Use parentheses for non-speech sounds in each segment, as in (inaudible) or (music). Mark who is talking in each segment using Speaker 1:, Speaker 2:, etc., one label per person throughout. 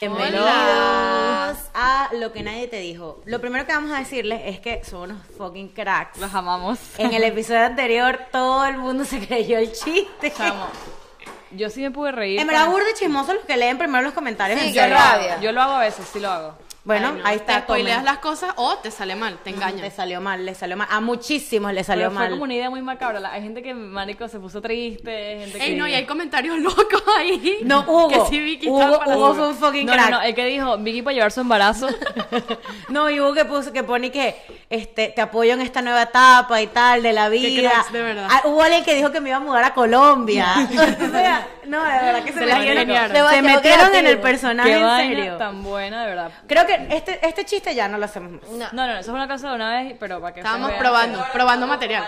Speaker 1: Bienvenidos a Lo que nadie te dijo. Lo primero que vamos a decirles es que son unos fucking cracks.
Speaker 2: Los amamos.
Speaker 1: En el episodio anterior todo el mundo se creyó el chiste.
Speaker 2: Chamo, (laughs) Yo sí me pude
Speaker 1: (laughs)
Speaker 2: reír.
Speaker 1: En verdad,
Speaker 2: con-
Speaker 1: burdo y chismoso los que leen primero los comentarios.
Speaker 3: Sí,
Speaker 1: en
Speaker 3: qué
Speaker 1: serio.
Speaker 3: rabia.
Speaker 2: Yo lo hago a veces, sí lo hago.
Speaker 1: Bueno,
Speaker 3: Ay, no.
Speaker 1: ahí está.
Speaker 3: Te spoileas
Speaker 1: comen.
Speaker 3: las cosas o te sale mal, te
Speaker 1: Le
Speaker 3: engañas.
Speaker 1: salió mal, le salió mal. A muchísimos le salió
Speaker 2: Pero fue
Speaker 1: mal.
Speaker 2: como una idea muy macabra. La- Hay gente que, marico, se puso triste. Gente
Speaker 3: Ey,
Speaker 2: que...
Speaker 3: no, y hay comentarios locos ahí.
Speaker 1: No, Hugo.
Speaker 3: (laughs) Que sí, Vicky
Speaker 1: Hugo,
Speaker 3: está para-
Speaker 1: Hugo fue un fucking
Speaker 2: no,
Speaker 1: crack.
Speaker 2: No, no, el que dijo, Vicky para llevar su embarazo.
Speaker 1: No, y hubo que puso, que pone que este, te apoyo en esta nueva etapa y tal, de la vida.
Speaker 3: cracks, de verdad.
Speaker 1: Ah, hubo alguien que dijo que me iba a mudar a Colombia. (laughs) O sea, no, de verdad que se,
Speaker 2: Se la
Speaker 1: metieron,
Speaker 2: ingeniaron.
Speaker 1: se
Speaker 3: Demasiado
Speaker 1: metieron en el (laughs)
Speaker 3: creativo.
Speaker 1: personaje,
Speaker 2: Qué
Speaker 1: en
Speaker 2: vaina
Speaker 1: serio.
Speaker 2: tan buena, de verdad.
Speaker 1: Creo que este, este chiste ya no lo hacemos más.
Speaker 3: No.
Speaker 2: No, no, no, eso es una cosa de una vez, pero para que ustedes
Speaker 3: Estábamos
Speaker 2: vean.
Speaker 3: probando, probando material.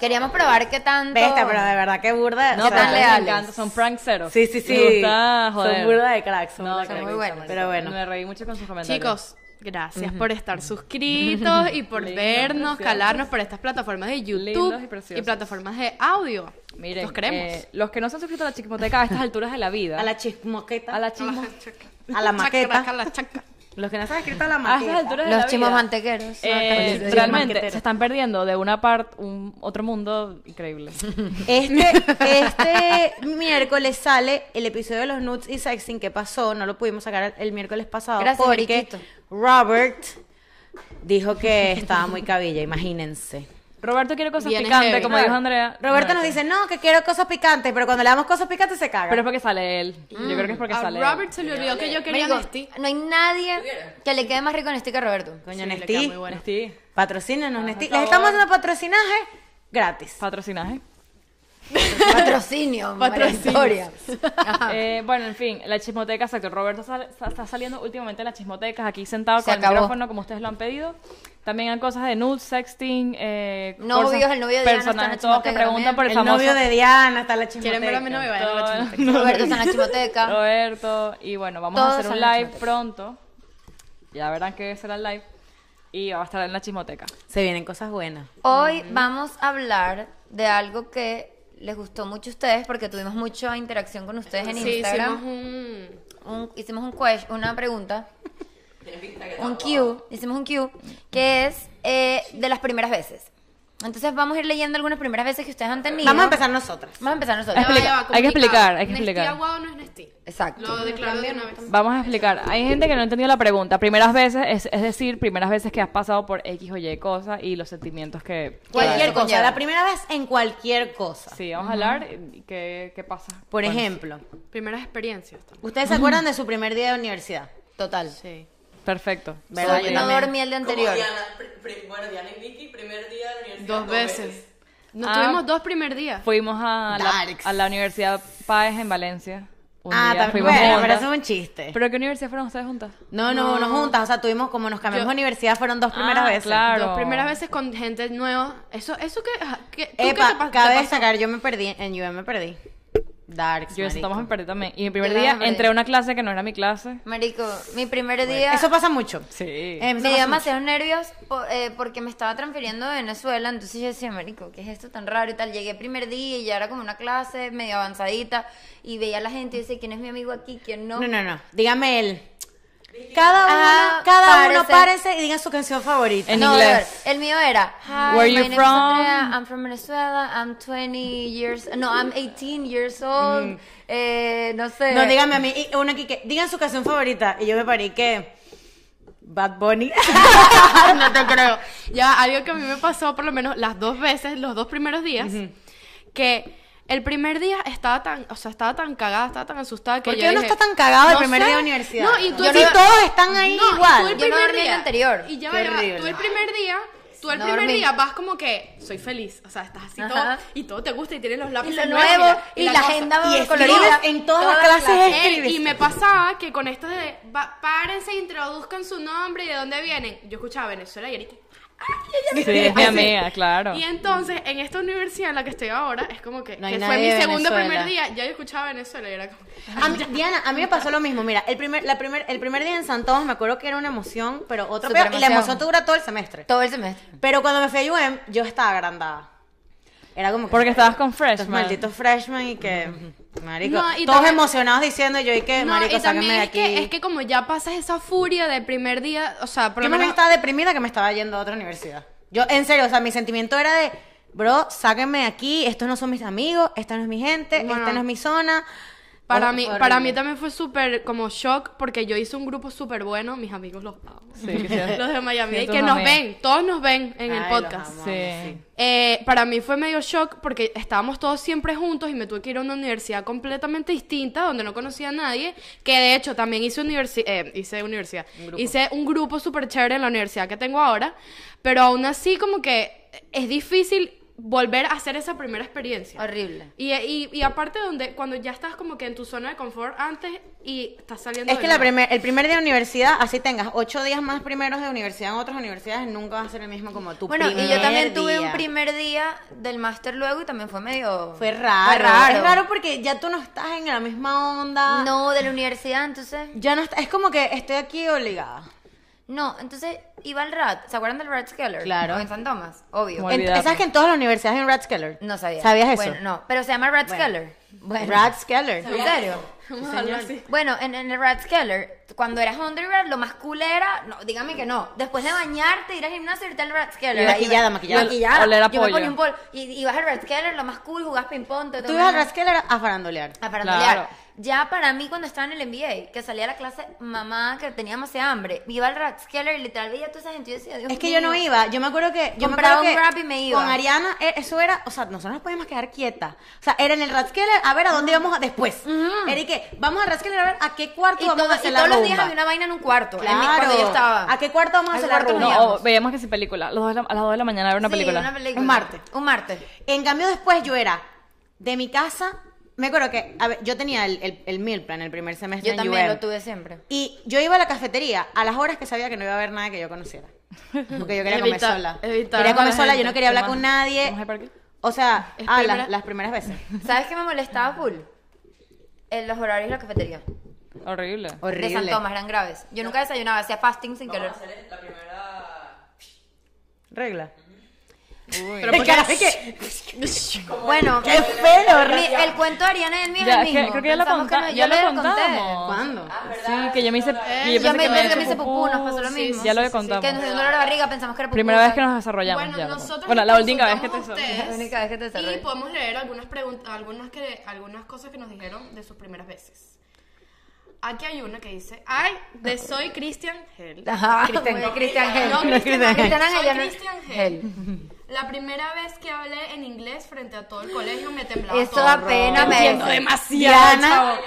Speaker 4: Queríamos probar qué tanto.
Speaker 1: Besta, pero de verdad que burda.
Speaker 2: No,
Speaker 1: o
Speaker 2: pero
Speaker 1: sea,
Speaker 4: tan
Speaker 2: me
Speaker 4: leales.
Speaker 2: encanta, son prank cero.
Speaker 1: Sí, sí, sí.
Speaker 2: Me gusta, joder.
Speaker 1: Son burda de cracks. Son
Speaker 2: No,
Speaker 1: burda de
Speaker 2: son
Speaker 1: cracks.
Speaker 4: muy buenos.
Speaker 1: Pero bueno.
Speaker 2: Me reí mucho con sus comentarios.
Speaker 3: Chicos, gracias por estar suscritos y por
Speaker 2: Lindos,
Speaker 3: vernos,
Speaker 2: preciosos.
Speaker 3: calarnos por estas plataformas de
Speaker 2: Lindos y
Speaker 3: YouTube y,
Speaker 2: preciosos.
Speaker 3: plataformas de audio.
Speaker 2: miren,
Speaker 3: los queremos.
Speaker 2: eh, los que no se han suscrito a la chismoteca a estas alturas de la vida,
Speaker 1: A la chismoqueta.
Speaker 2: a la chismo-
Speaker 1: a la maqueta.
Speaker 3: Chaca, la chaca.
Speaker 1: Los que no se han escrito a la
Speaker 2: a estas
Speaker 1: maqueta.
Speaker 2: alturas de la
Speaker 4: Los chimos
Speaker 2: vida,
Speaker 4: mantequeros.
Speaker 2: eh,
Speaker 1: Los chimos
Speaker 2: realmente
Speaker 1: manqueteros.
Speaker 2: se están perdiendo de una parte un otro mundo
Speaker 4: (laughs)
Speaker 2: increíble.
Speaker 1: Este, este miércoles sale el episodio de los nudes y sexting que pasó, no lo pudimos sacar el miércoles pasado
Speaker 4: Gracias,
Speaker 1: porque
Speaker 4: Mariquito.
Speaker 1: Robert dijo que estaba muy cabilla, imagínense.
Speaker 2: Roberto quiere cosas
Speaker 3: Viene
Speaker 2: picantes,
Speaker 3: heavy.
Speaker 2: como dijo Andrea.
Speaker 1: Roberto nos dice, no, que quiero cosas picantes, pero cuando le damos cosas picantes se caga.
Speaker 2: Pero es porque sale él. Yo creo que es porque
Speaker 3: A
Speaker 2: sale
Speaker 3: Robert
Speaker 2: él.
Speaker 3: se le olvidó que yo quería
Speaker 4: Marico,
Speaker 3: Nesti.
Speaker 4: no hay nadie que le quede más rico a Nesti que
Speaker 2: (laughs)
Speaker 4: a Roberto.
Speaker 1: Coño,
Speaker 3: Sí, le
Speaker 1: Nestí,
Speaker 3: queda muy bueno.
Speaker 2: Nestí,
Speaker 1: patrocínanos, Nestí.
Speaker 2: por
Speaker 1: Les estamos
Speaker 2: favor.
Speaker 1: haciendo patrocinaje gratis.
Speaker 2: patrocinaje.
Speaker 4: Patrocinio, María
Speaker 3: Patrocinio.
Speaker 4: Victoria. (laughs) Ajá.
Speaker 2: Eh, bueno, en fin, la chismoteca, exacto. Roberto sal- sa- está saliendo últimamente en las chismotecas, aquí sentado
Speaker 4: Se
Speaker 2: con el
Speaker 4: acabó.
Speaker 2: micrófono, como ustedes lo han pedido. También hay cosas de nudes, sexting, eh,
Speaker 4: Novios,
Speaker 2: cosas-
Speaker 4: el novio de Diana está en la
Speaker 2: personajes, todos que
Speaker 4: chismoteca
Speaker 2: preguntan por el,
Speaker 1: El
Speaker 2: famoso
Speaker 1: novio de Diana está en la chismoteca.
Speaker 3: ¿Quieren ver a mi novio? Vayan a la
Speaker 2: Todo-
Speaker 3: chismoteca.
Speaker 4: (laughs) Roberto está en la chimoteca.
Speaker 2: Roberto. Y bueno, vamos
Speaker 4: Todos
Speaker 2: a hacer un
Speaker 4: en la
Speaker 2: live
Speaker 4: chismoteca.
Speaker 2: pronto. Ya verán que será el live. Y va a estar en la chismoteca.
Speaker 1: Se vienen cosas buenas.
Speaker 4: Hoy vamos a hablar de algo que les gustó mucho a ustedes porque tuvimos mucha interacción con ustedes en
Speaker 3: Sí, hicimos
Speaker 4: Instagram.
Speaker 3: un...
Speaker 4: un- hicimos un question, una pregunta. Un Q, hicimos un Q, que es eh, de las primeras veces. Entonces vamos a ir leyendo algunas primeras veces que ustedes han tenido.
Speaker 1: Vamos a empezar nosotras.
Speaker 4: Vamos a empezar nosotros.
Speaker 2: Hay que explicar, hay que explicar, hay que
Speaker 3: Nestí
Speaker 2: explicar.
Speaker 3: aguado no es Nestí.
Speaker 4: Exacto.
Speaker 3: Lo declaro de una vez.
Speaker 2: Vamos a explicar. Hay gente que no ha entendido la pregunta. Primeras veces, es, es decir, primeras veces que has pasado por X o Y cosa y los sentimientos que.
Speaker 1: Cualquier
Speaker 4: Claro.
Speaker 1: cosa, la primera vez en cualquier cosa.
Speaker 2: Sí, vamos a hablar. eh, ¿Qué, qué pasa?
Speaker 1: Por
Speaker 2: Bueno,
Speaker 1: ejemplo,
Speaker 3: Primeras experiencias.
Speaker 1: ¿ustedes se acuerdan de su primer día de universidad?
Speaker 4: Total.
Speaker 3: Sí.
Speaker 2: Perfecto.
Speaker 1: ¿Verdad?
Speaker 4: Sobre
Speaker 1: Yo
Speaker 4: no
Speaker 1: también.
Speaker 4: dormí el día anterior.
Speaker 5: bueno, Diana y Vicky, primer día de la universidad.
Speaker 3: Dos veces. Nos
Speaker 2: Ah.
Speaker 3: tuvimos dos primer días.
Speaker 2: Fuimos a la, a la Universidad Páez en Valencia. Un
Speaker 1: ah,
Speaker 2: día
Speaker 1: también.
Speaker 2: fuimos
Speaker 1: Bueno,
Speaker 2: juntas.
Speaker 1: pero eso es un chiste.
Speaker 2: ¿Pero qué universidad fueron ustedes juntas?
Speaker 1: No, no, no, juntas. O sea, tuvimos, como nos cambiamos de universidad, fueron dos primeras
Speaker 2: Ah,
Speaker 1: veces.
Speaker 2: claro.
Speaker 3: Dos primeras veces con gente nueva. Eso, eso que. ajá, que ¿tú qué te
Speaker 1: Epa, cabe
Speaker 3: pas- te pasó?
Speaker 1: destacar, yo me perdí, en UM me perdí. Darks,
Speaker 2: Yo
Speaker 1: marico.
Speaker 2: estamos en Perú también. Y mi primer
Speaker 4: Yo la
Speaker 2: día
Speaker 4: perdí.
Speaker 2: entré a una clase que no era mi clase.
Speaker 4: Marico, mi primer día
Speaker 1: Eso pasa mucho.
Speaker 2: Sí.
Speaker 1: Eh, eso
Speaker 4: me dio
Speaker 1: pasa
Speaker 4: demasiados nervios po- eh, porque me estaba transfiriendo de Venezuela. Entonces yo decía, Marico, ¿qué es esto tan raro y tal? Llegué primer día y ya era como una clase medio avanzadita. Y veía a la gente y decía, ¿quién es mi amigo aquí? ¿Quién no?
Speaker 1: mucho. No, no, no. Dígame él. Cada uno,
Speaker 4: Ah,
Speaker 1: cada uno
Speaker 4: párese.
Speaker 1: párese y diga su canción favorita.
Speaker 2: En
Speaker 4: No,
Speaker 2: inglés.
Speaker 4: de verdad, el mío era Hi,
Speaker 2: Where
Speaker 4: my
Speaker 2: you
Speaker 4: name is
Speaker 2: from?
Speaker 4: Andrea, I'm from Venezuela, I'm 20 years, no, I'm 18 years old, eh, no sé.
Speaker 1: Mm. No, dígame a mí, y uno aquí que, digan su canción favorita. Y yo me parí que. Bad Bunny.
Speaker 3: (laughs) no te creo. Ya, algo que a mí me pasó por lo menos las dos veces, los dos primeros días, que el primer día estaba tan, o sea, estaba tan cagada, estaba tan asustada que
Speaker 1: ¿Por
Speaker 3: yo
Speaker 1: qué uno
Speaker 3: dije,
Speaker 1: está tan cagado el primer
Speaker 3: sé".
Speaker 1: día de universidad?
Speaker 3: No, y tú
Speaker 1: Yo
Speaker 3: sí,
Speaker 1: no- todos están ahí
Speaker 3: y tú
Speaker 1: igual.
Speaker 3: el
Speaker 4: Yo no
Speaker 3: primer
Speaker 4: dormí el
Speaker 3: día-
Speaker 4: anterior.
Speaker 3: Y ya
Speaker 1: Qué
Speaker 3: va, ya va,
Speaker 1: horrible.
Speaker 3: tú el primer día, tú el
Speaker 4: No
Speaker 3: primer
Speaker 4: dormí.
Speaker 3: día vas como que soy feliz, o sea, estás así
Speaker 4: Ajá.
Speaker 3: todo y todo te gusta y tienes los lápices
Speaker 4: lo
Speaker 3: nuevos
Speaker 4: nuevo,
Speaker 3: la-
Speaker 4: y la
Speaker 3: cosa.
Speaker 4: agenda
Speaker 1: Y
Speaker 4: colorida.
Speaker 1: escribes en todas las
Speaker 4: todas
Speaker 1: clases.
Speaker 4: las-
Speaker 3: Ey,
Speaker 1: escribes.
Speaker 3: y me pasaba que con esto de va- párense, introduzcan su nombre y de dónde vienen. Yo escuchaba Venezuela y ahorita.
Speaker 2: Sí,
Speaker 1: (laughs)
Speaker 2: es mi amiga, claro.
Speaker 3: Y entonces, en esta universidad en la que estoy ahora, es como que,
Speaker 1: No hay
Speaker 3: que
Speaker 1: nadie
Speaker 3: fue mi
Speaker 1: de
Speaker 3: segundo
Speaker 1: Venezuela. Eh,
Speaker 3: primer día, ya yo escuchaba Venezuela y era como.
Speaker 1: A mí- Diana, a mí me pasó lo mismo. Mira, el primer, la primer, el primer día en San Tomás me acuerdo que era una emoción, pero otro
Speaker 4: Súper
Speaker 1: peor, Y la
Speaker 4: emoción.
Speaker 1: emoción te dura todo el semestre.
Speaker 4: Todo el semestre.
Speaker 1: Pero cuando me fui a UM, yo estaba agrandada. Era como que-
Speaker 2: Porque estabas con
Speaker 1: estos
Speaker 2: freshman.
Speaker 1: malditos freshman y que. Marico,
Speaker 3: No, y
Speaker 1: todos
Speaker 3: también-
Speaker 1: emocionados diciendo yo y que,
Speaker 3: No,
Speaker 1: marico,
Speaker 3: y también
Speaker 1: sáquenme de
Speaker 3: es
Speaker 1: aquí.
Speaker 3: que, es que como ya pasas esa furia del primer día, o sea, por
Speaker 1: yo
Speaker 3: lo
Speaker 1: me
Speaker 3: menos...
Speaker 1: estaba deprimida que me estaba yendo a otra universidad. Yo, en serio, o sea, mi sentimiento era de, bro, sáquenme de aquí, estos no son mis amigos, esta no es mi gente,
Speaker 3: Bueno.
Speaker 1: esta no es mi zona.
Speaker 3: Para
Speaker 1: Hor-
Speaker 3: mí,
Speaker 1: horrible.
Speaker 3: para mí también fue súper como shock porque yo hice un grupo súper bueno, mis amigos los amo.
Speaker 2: Sí, que sea-
Speaker 3: Los de Miami,
Speaker 2: Sí, tú
Speaker 3: que
Speaker 2: no
Speaker 3: nos
Speaker 2: me-
Speaker 3: ven, todos nos ven en el
Speaker 1: Eh, Ay, los
Speaker 3: podcast.
Speaker 1: amo,
Speaker 2: Sí.
Speaker 3: Eh, para mí fue medio shock porque estábamos todos siempre juntos y me tuve que ir a una universidad completamente distinta donde no conocía a nadie, que de hecho también hice, universi eh, hice universidad, hice un grupo súper chévere en la universidad que tengo ahora, pero aún así como que es difícil volver a hacer esa primera experiencia.
Speaker 4: Horrible.
Speaker 3: Y, y, y aparte donde cuando ya estás como que en tu zona de confort antes y estás saliendo
Speaker 1: Es
Speaker 3: de
Speaker 1: que la
Speaker 3: nuevo.
Speaker 1: primer, el primer día de universidad, así tengas ocho días más primeros de universidad en otras universidades, nunca va a ser el mismo como tú.
Speaker 4: Bueno, y yo también tuve un primer día del máster luego y también fue medio...
Speaker 1: Fue raro.
Speaker 4: Fue
Speaker 1: Es raro porque ya tú no estás en la misma onda.
Speaker 4: No, de la universidad, entonces...
Speaker 1: Ya no está- es como que estoy aquí obligada.
Speaker 4: No, entonces iba al RAT. ¿Se acuerdan del RAT Skeller?
Speaker 1: Claro.
Speaker 4: O en San Tomás, obvio.
Speaker 2: Muy
Speaker 1: En-
Speaker 2: Olvidarme.
Speaker 1: ¿Sabes que en todas las universidades hay un Ratskeller?
Speaker 4: No sabía.
Speaker 1: ¿Sabías eso?
Speaker 4: Bueno, no, pero se llama Rat
Speaker 1: Bueno.
Speaker 4: Skeller. Bueno.
Speaker 1: Ratskeller.
Speaker 4: ¿En serio?
Speaker 3: Vamos a hablar así.
Speaker 4: Bueno, en, en el Rat Skeller, cuando eras undergrad, lo más cool era, no, dígame que no, después de bañarte, ir al gimnasio, irte al Rat Skeller.
Speaker 1: Y maquillada,
Speaker 4: Ahí-
Speaker 1: maquillada.
Speaker 4: maquillada.
Speaker 2: Oler a
Speaker 4: Yo me
Speaker 2: pollo.
Speaker 4: ponía un polo y y ibas al Rat Skeller, lo más cool, jugabas ping-pong. te
Speaker 1: Tú ibas al
Speaker 4: tomabas-
Speaker 1: Ratskeller a farandolear.
Speaker 4: a farandolear.
Speaker 2: Claro.
Speaker 4: Ah, Ya para mí cuando estaba en el MBA, que salía a la clase, mamá, que tenía demasiada hambre, iba al Rat Skeller y literal veía a toda esa gente. y yo decía, Dios
Speaker 1: Es que yo no
Speaker 4: mío.
Speaker 1: iba, yo me acuerdo que yo me
Speaker 4: Compraba
Speaker 1: acuerdo
Speaker 4: un
Speaker 1: que
Speaker 4: Grab y me iba.
Speaker 1: Con Ariana eh, eso era, o sea, nosotros nos podíamos quedar quietas. O sea, era en el Ratskeller a ver a dónde íbamos a- después. Era y que vamos al Ratskeller a ver a qué cuarto
Speaker 4: Y,
Speaker 1: vamos
Speaker 4: todo-
Speaker 1: a
Speaker 4: y
Speaker 1: hacer
Speaker 4: todos
Speaker 1: la
Speaker 4: los días
Speaker 1: rumba.
Speaker 4: había una vaina en un cuarto. en mi-
Speaker 1: Claro.
Speaker 4: cuando yo estaba.
Speaker 1: ¿A qué cuarto vamos a hacer la
Speaker 4: cuarto
Speaker 1: rumba?
Speaker 4: nos
Speaker 2: No,
Speaker 4: íbamos.
Speaker 2: o veíamos que sí película. Los dos de la- a las 2 de la mañana era Oh, una
Speaker 4: Sí,
Speaker 2: película.
Speaker 4: una película.
Speaker 1: Un martes.
Speaker 4: Un martes.
Speaker 1: En cambio, después yo era de mi casa. Me acuerdo que a ver, yo tenía el, el, el meal plan el primer semestre.
Speaker 4: Yo
Speaker 1: en
Speaker 4: también
Speaker 1: UR.
Speaker 4: lo tuve siempre.
Speaker 1: Y yo iba a la cafetería a las horas que sabía que no iba a haber nada que yo conociera. Porque yo
Speaker 4: (laughs)
Speaker 1: quería comer
Speaker 3: Evita-
Speaker 1: sola.
Speaker 3: evitar
Speaker 1: Quería
Speaker 3: a la
Speaker 1: comer sola, yo
Speaker 3: gente.
Speaker 1: no quería hablar
Speaker 2: Además,
Speaker 1: con nadie.
Speaker 2: ¿vamos a ir para qué?
Speaker 1: O sea,
Speaker 3: Es
Speaker 1: ah,
Speaker 3: primera-
Speaker 1: las, las primeras
Speaker 4: (laughs)
Speaker 1: veces.
Speaker 4: ¿Sabes qué me molestaba full? En los horarios de la cafetería.
Speaker 2: Horrible.
Speaker 1: Horrible.
Speaker 4: De San Tomás eran graves. Yo nunca desayunaba, hacía fasting sin querer.
Speaker 6: Vamos a hacer la primera.
Speaker 1: Regla.
Speaker 3: Pero
Speaker 1: Es
Speaker 3: porque-
Speaker 1: que ahora es que-
Speaker 4: Bueno,
Speaker 1: ¡Qué feo!
Speaker 4: mi- el cuento de Ariana y el mío es
Speaker 2: Ya,
Speaker 4: el
Speaker 2: es que
Speaker 4: mismo.
Speaker 2: creo que ya lo
Speaker 4: Pensamos
Speaker 2: conta-
Speaker 4: no- yo
Speaker 2: ya lo
Speaker 4: les
Speaker 2: contamos.
Speaker 1: ¿Cuándo?
Speaker 2: Sí, que yo me hice. que
Speaker 4: Yo me pensé que me
Speaker 2: había
Speaker 4: hice
Speaker 2: hecho
Speaker 4: pupú, nos pasó lo
Speaker 2: sí,
Speaker 4: mismo.
Speaker 2: ya lo
Speaker 4: Sí, sí, sí.
Speaker 2: contamos.
Speaker 4: Que nos dio dolor de barriga, pensamos que era pupú.
Speaker 2: Primera vez que nos desarrollamos.
Speaker 3: Bueno,
Speaker 2: ya, ¿no?
Speaker 3: nosotros
Speaker 2: bueno, la
Speaker 3: les
Speaker 2: última vez que te
Speaker 3: consultamos a
Speaker 2: hizo.
Speaker 3: ustedes
Speaker 4: La única vez que te
Speaker 3: Y
Speaker 4: desarrollé.
Speaker 3: podemos leer algunas preguntas, algunas que algunas cosas que nos dijeron de sus primeras veces. Aquí hay una que dice, "Ay, de soy Christian Hell."
Speaker 4: (laughs) Ajá,
Speaker 1: Cristian-
Speaker 4: bueno, Cristian Gel.
Speaker 3: No, Cristian Ángel.
Speaker 4: Cristian
Speaker 3: Soy
Speaker 4: Ángel, ya no-
Speaker 3: Cristian Gel. La primera vez que hablé en inglés frente a todo el colegio me temblaba
Speaker 4: Eso
Speaker 3: todo.
Speaker 4: da pena, me
Speaker 3: Entiendo
Speaker 4: da-
Speaker 3: demasiado,
Speaker 1: Diana.
Speaker 3: chavo.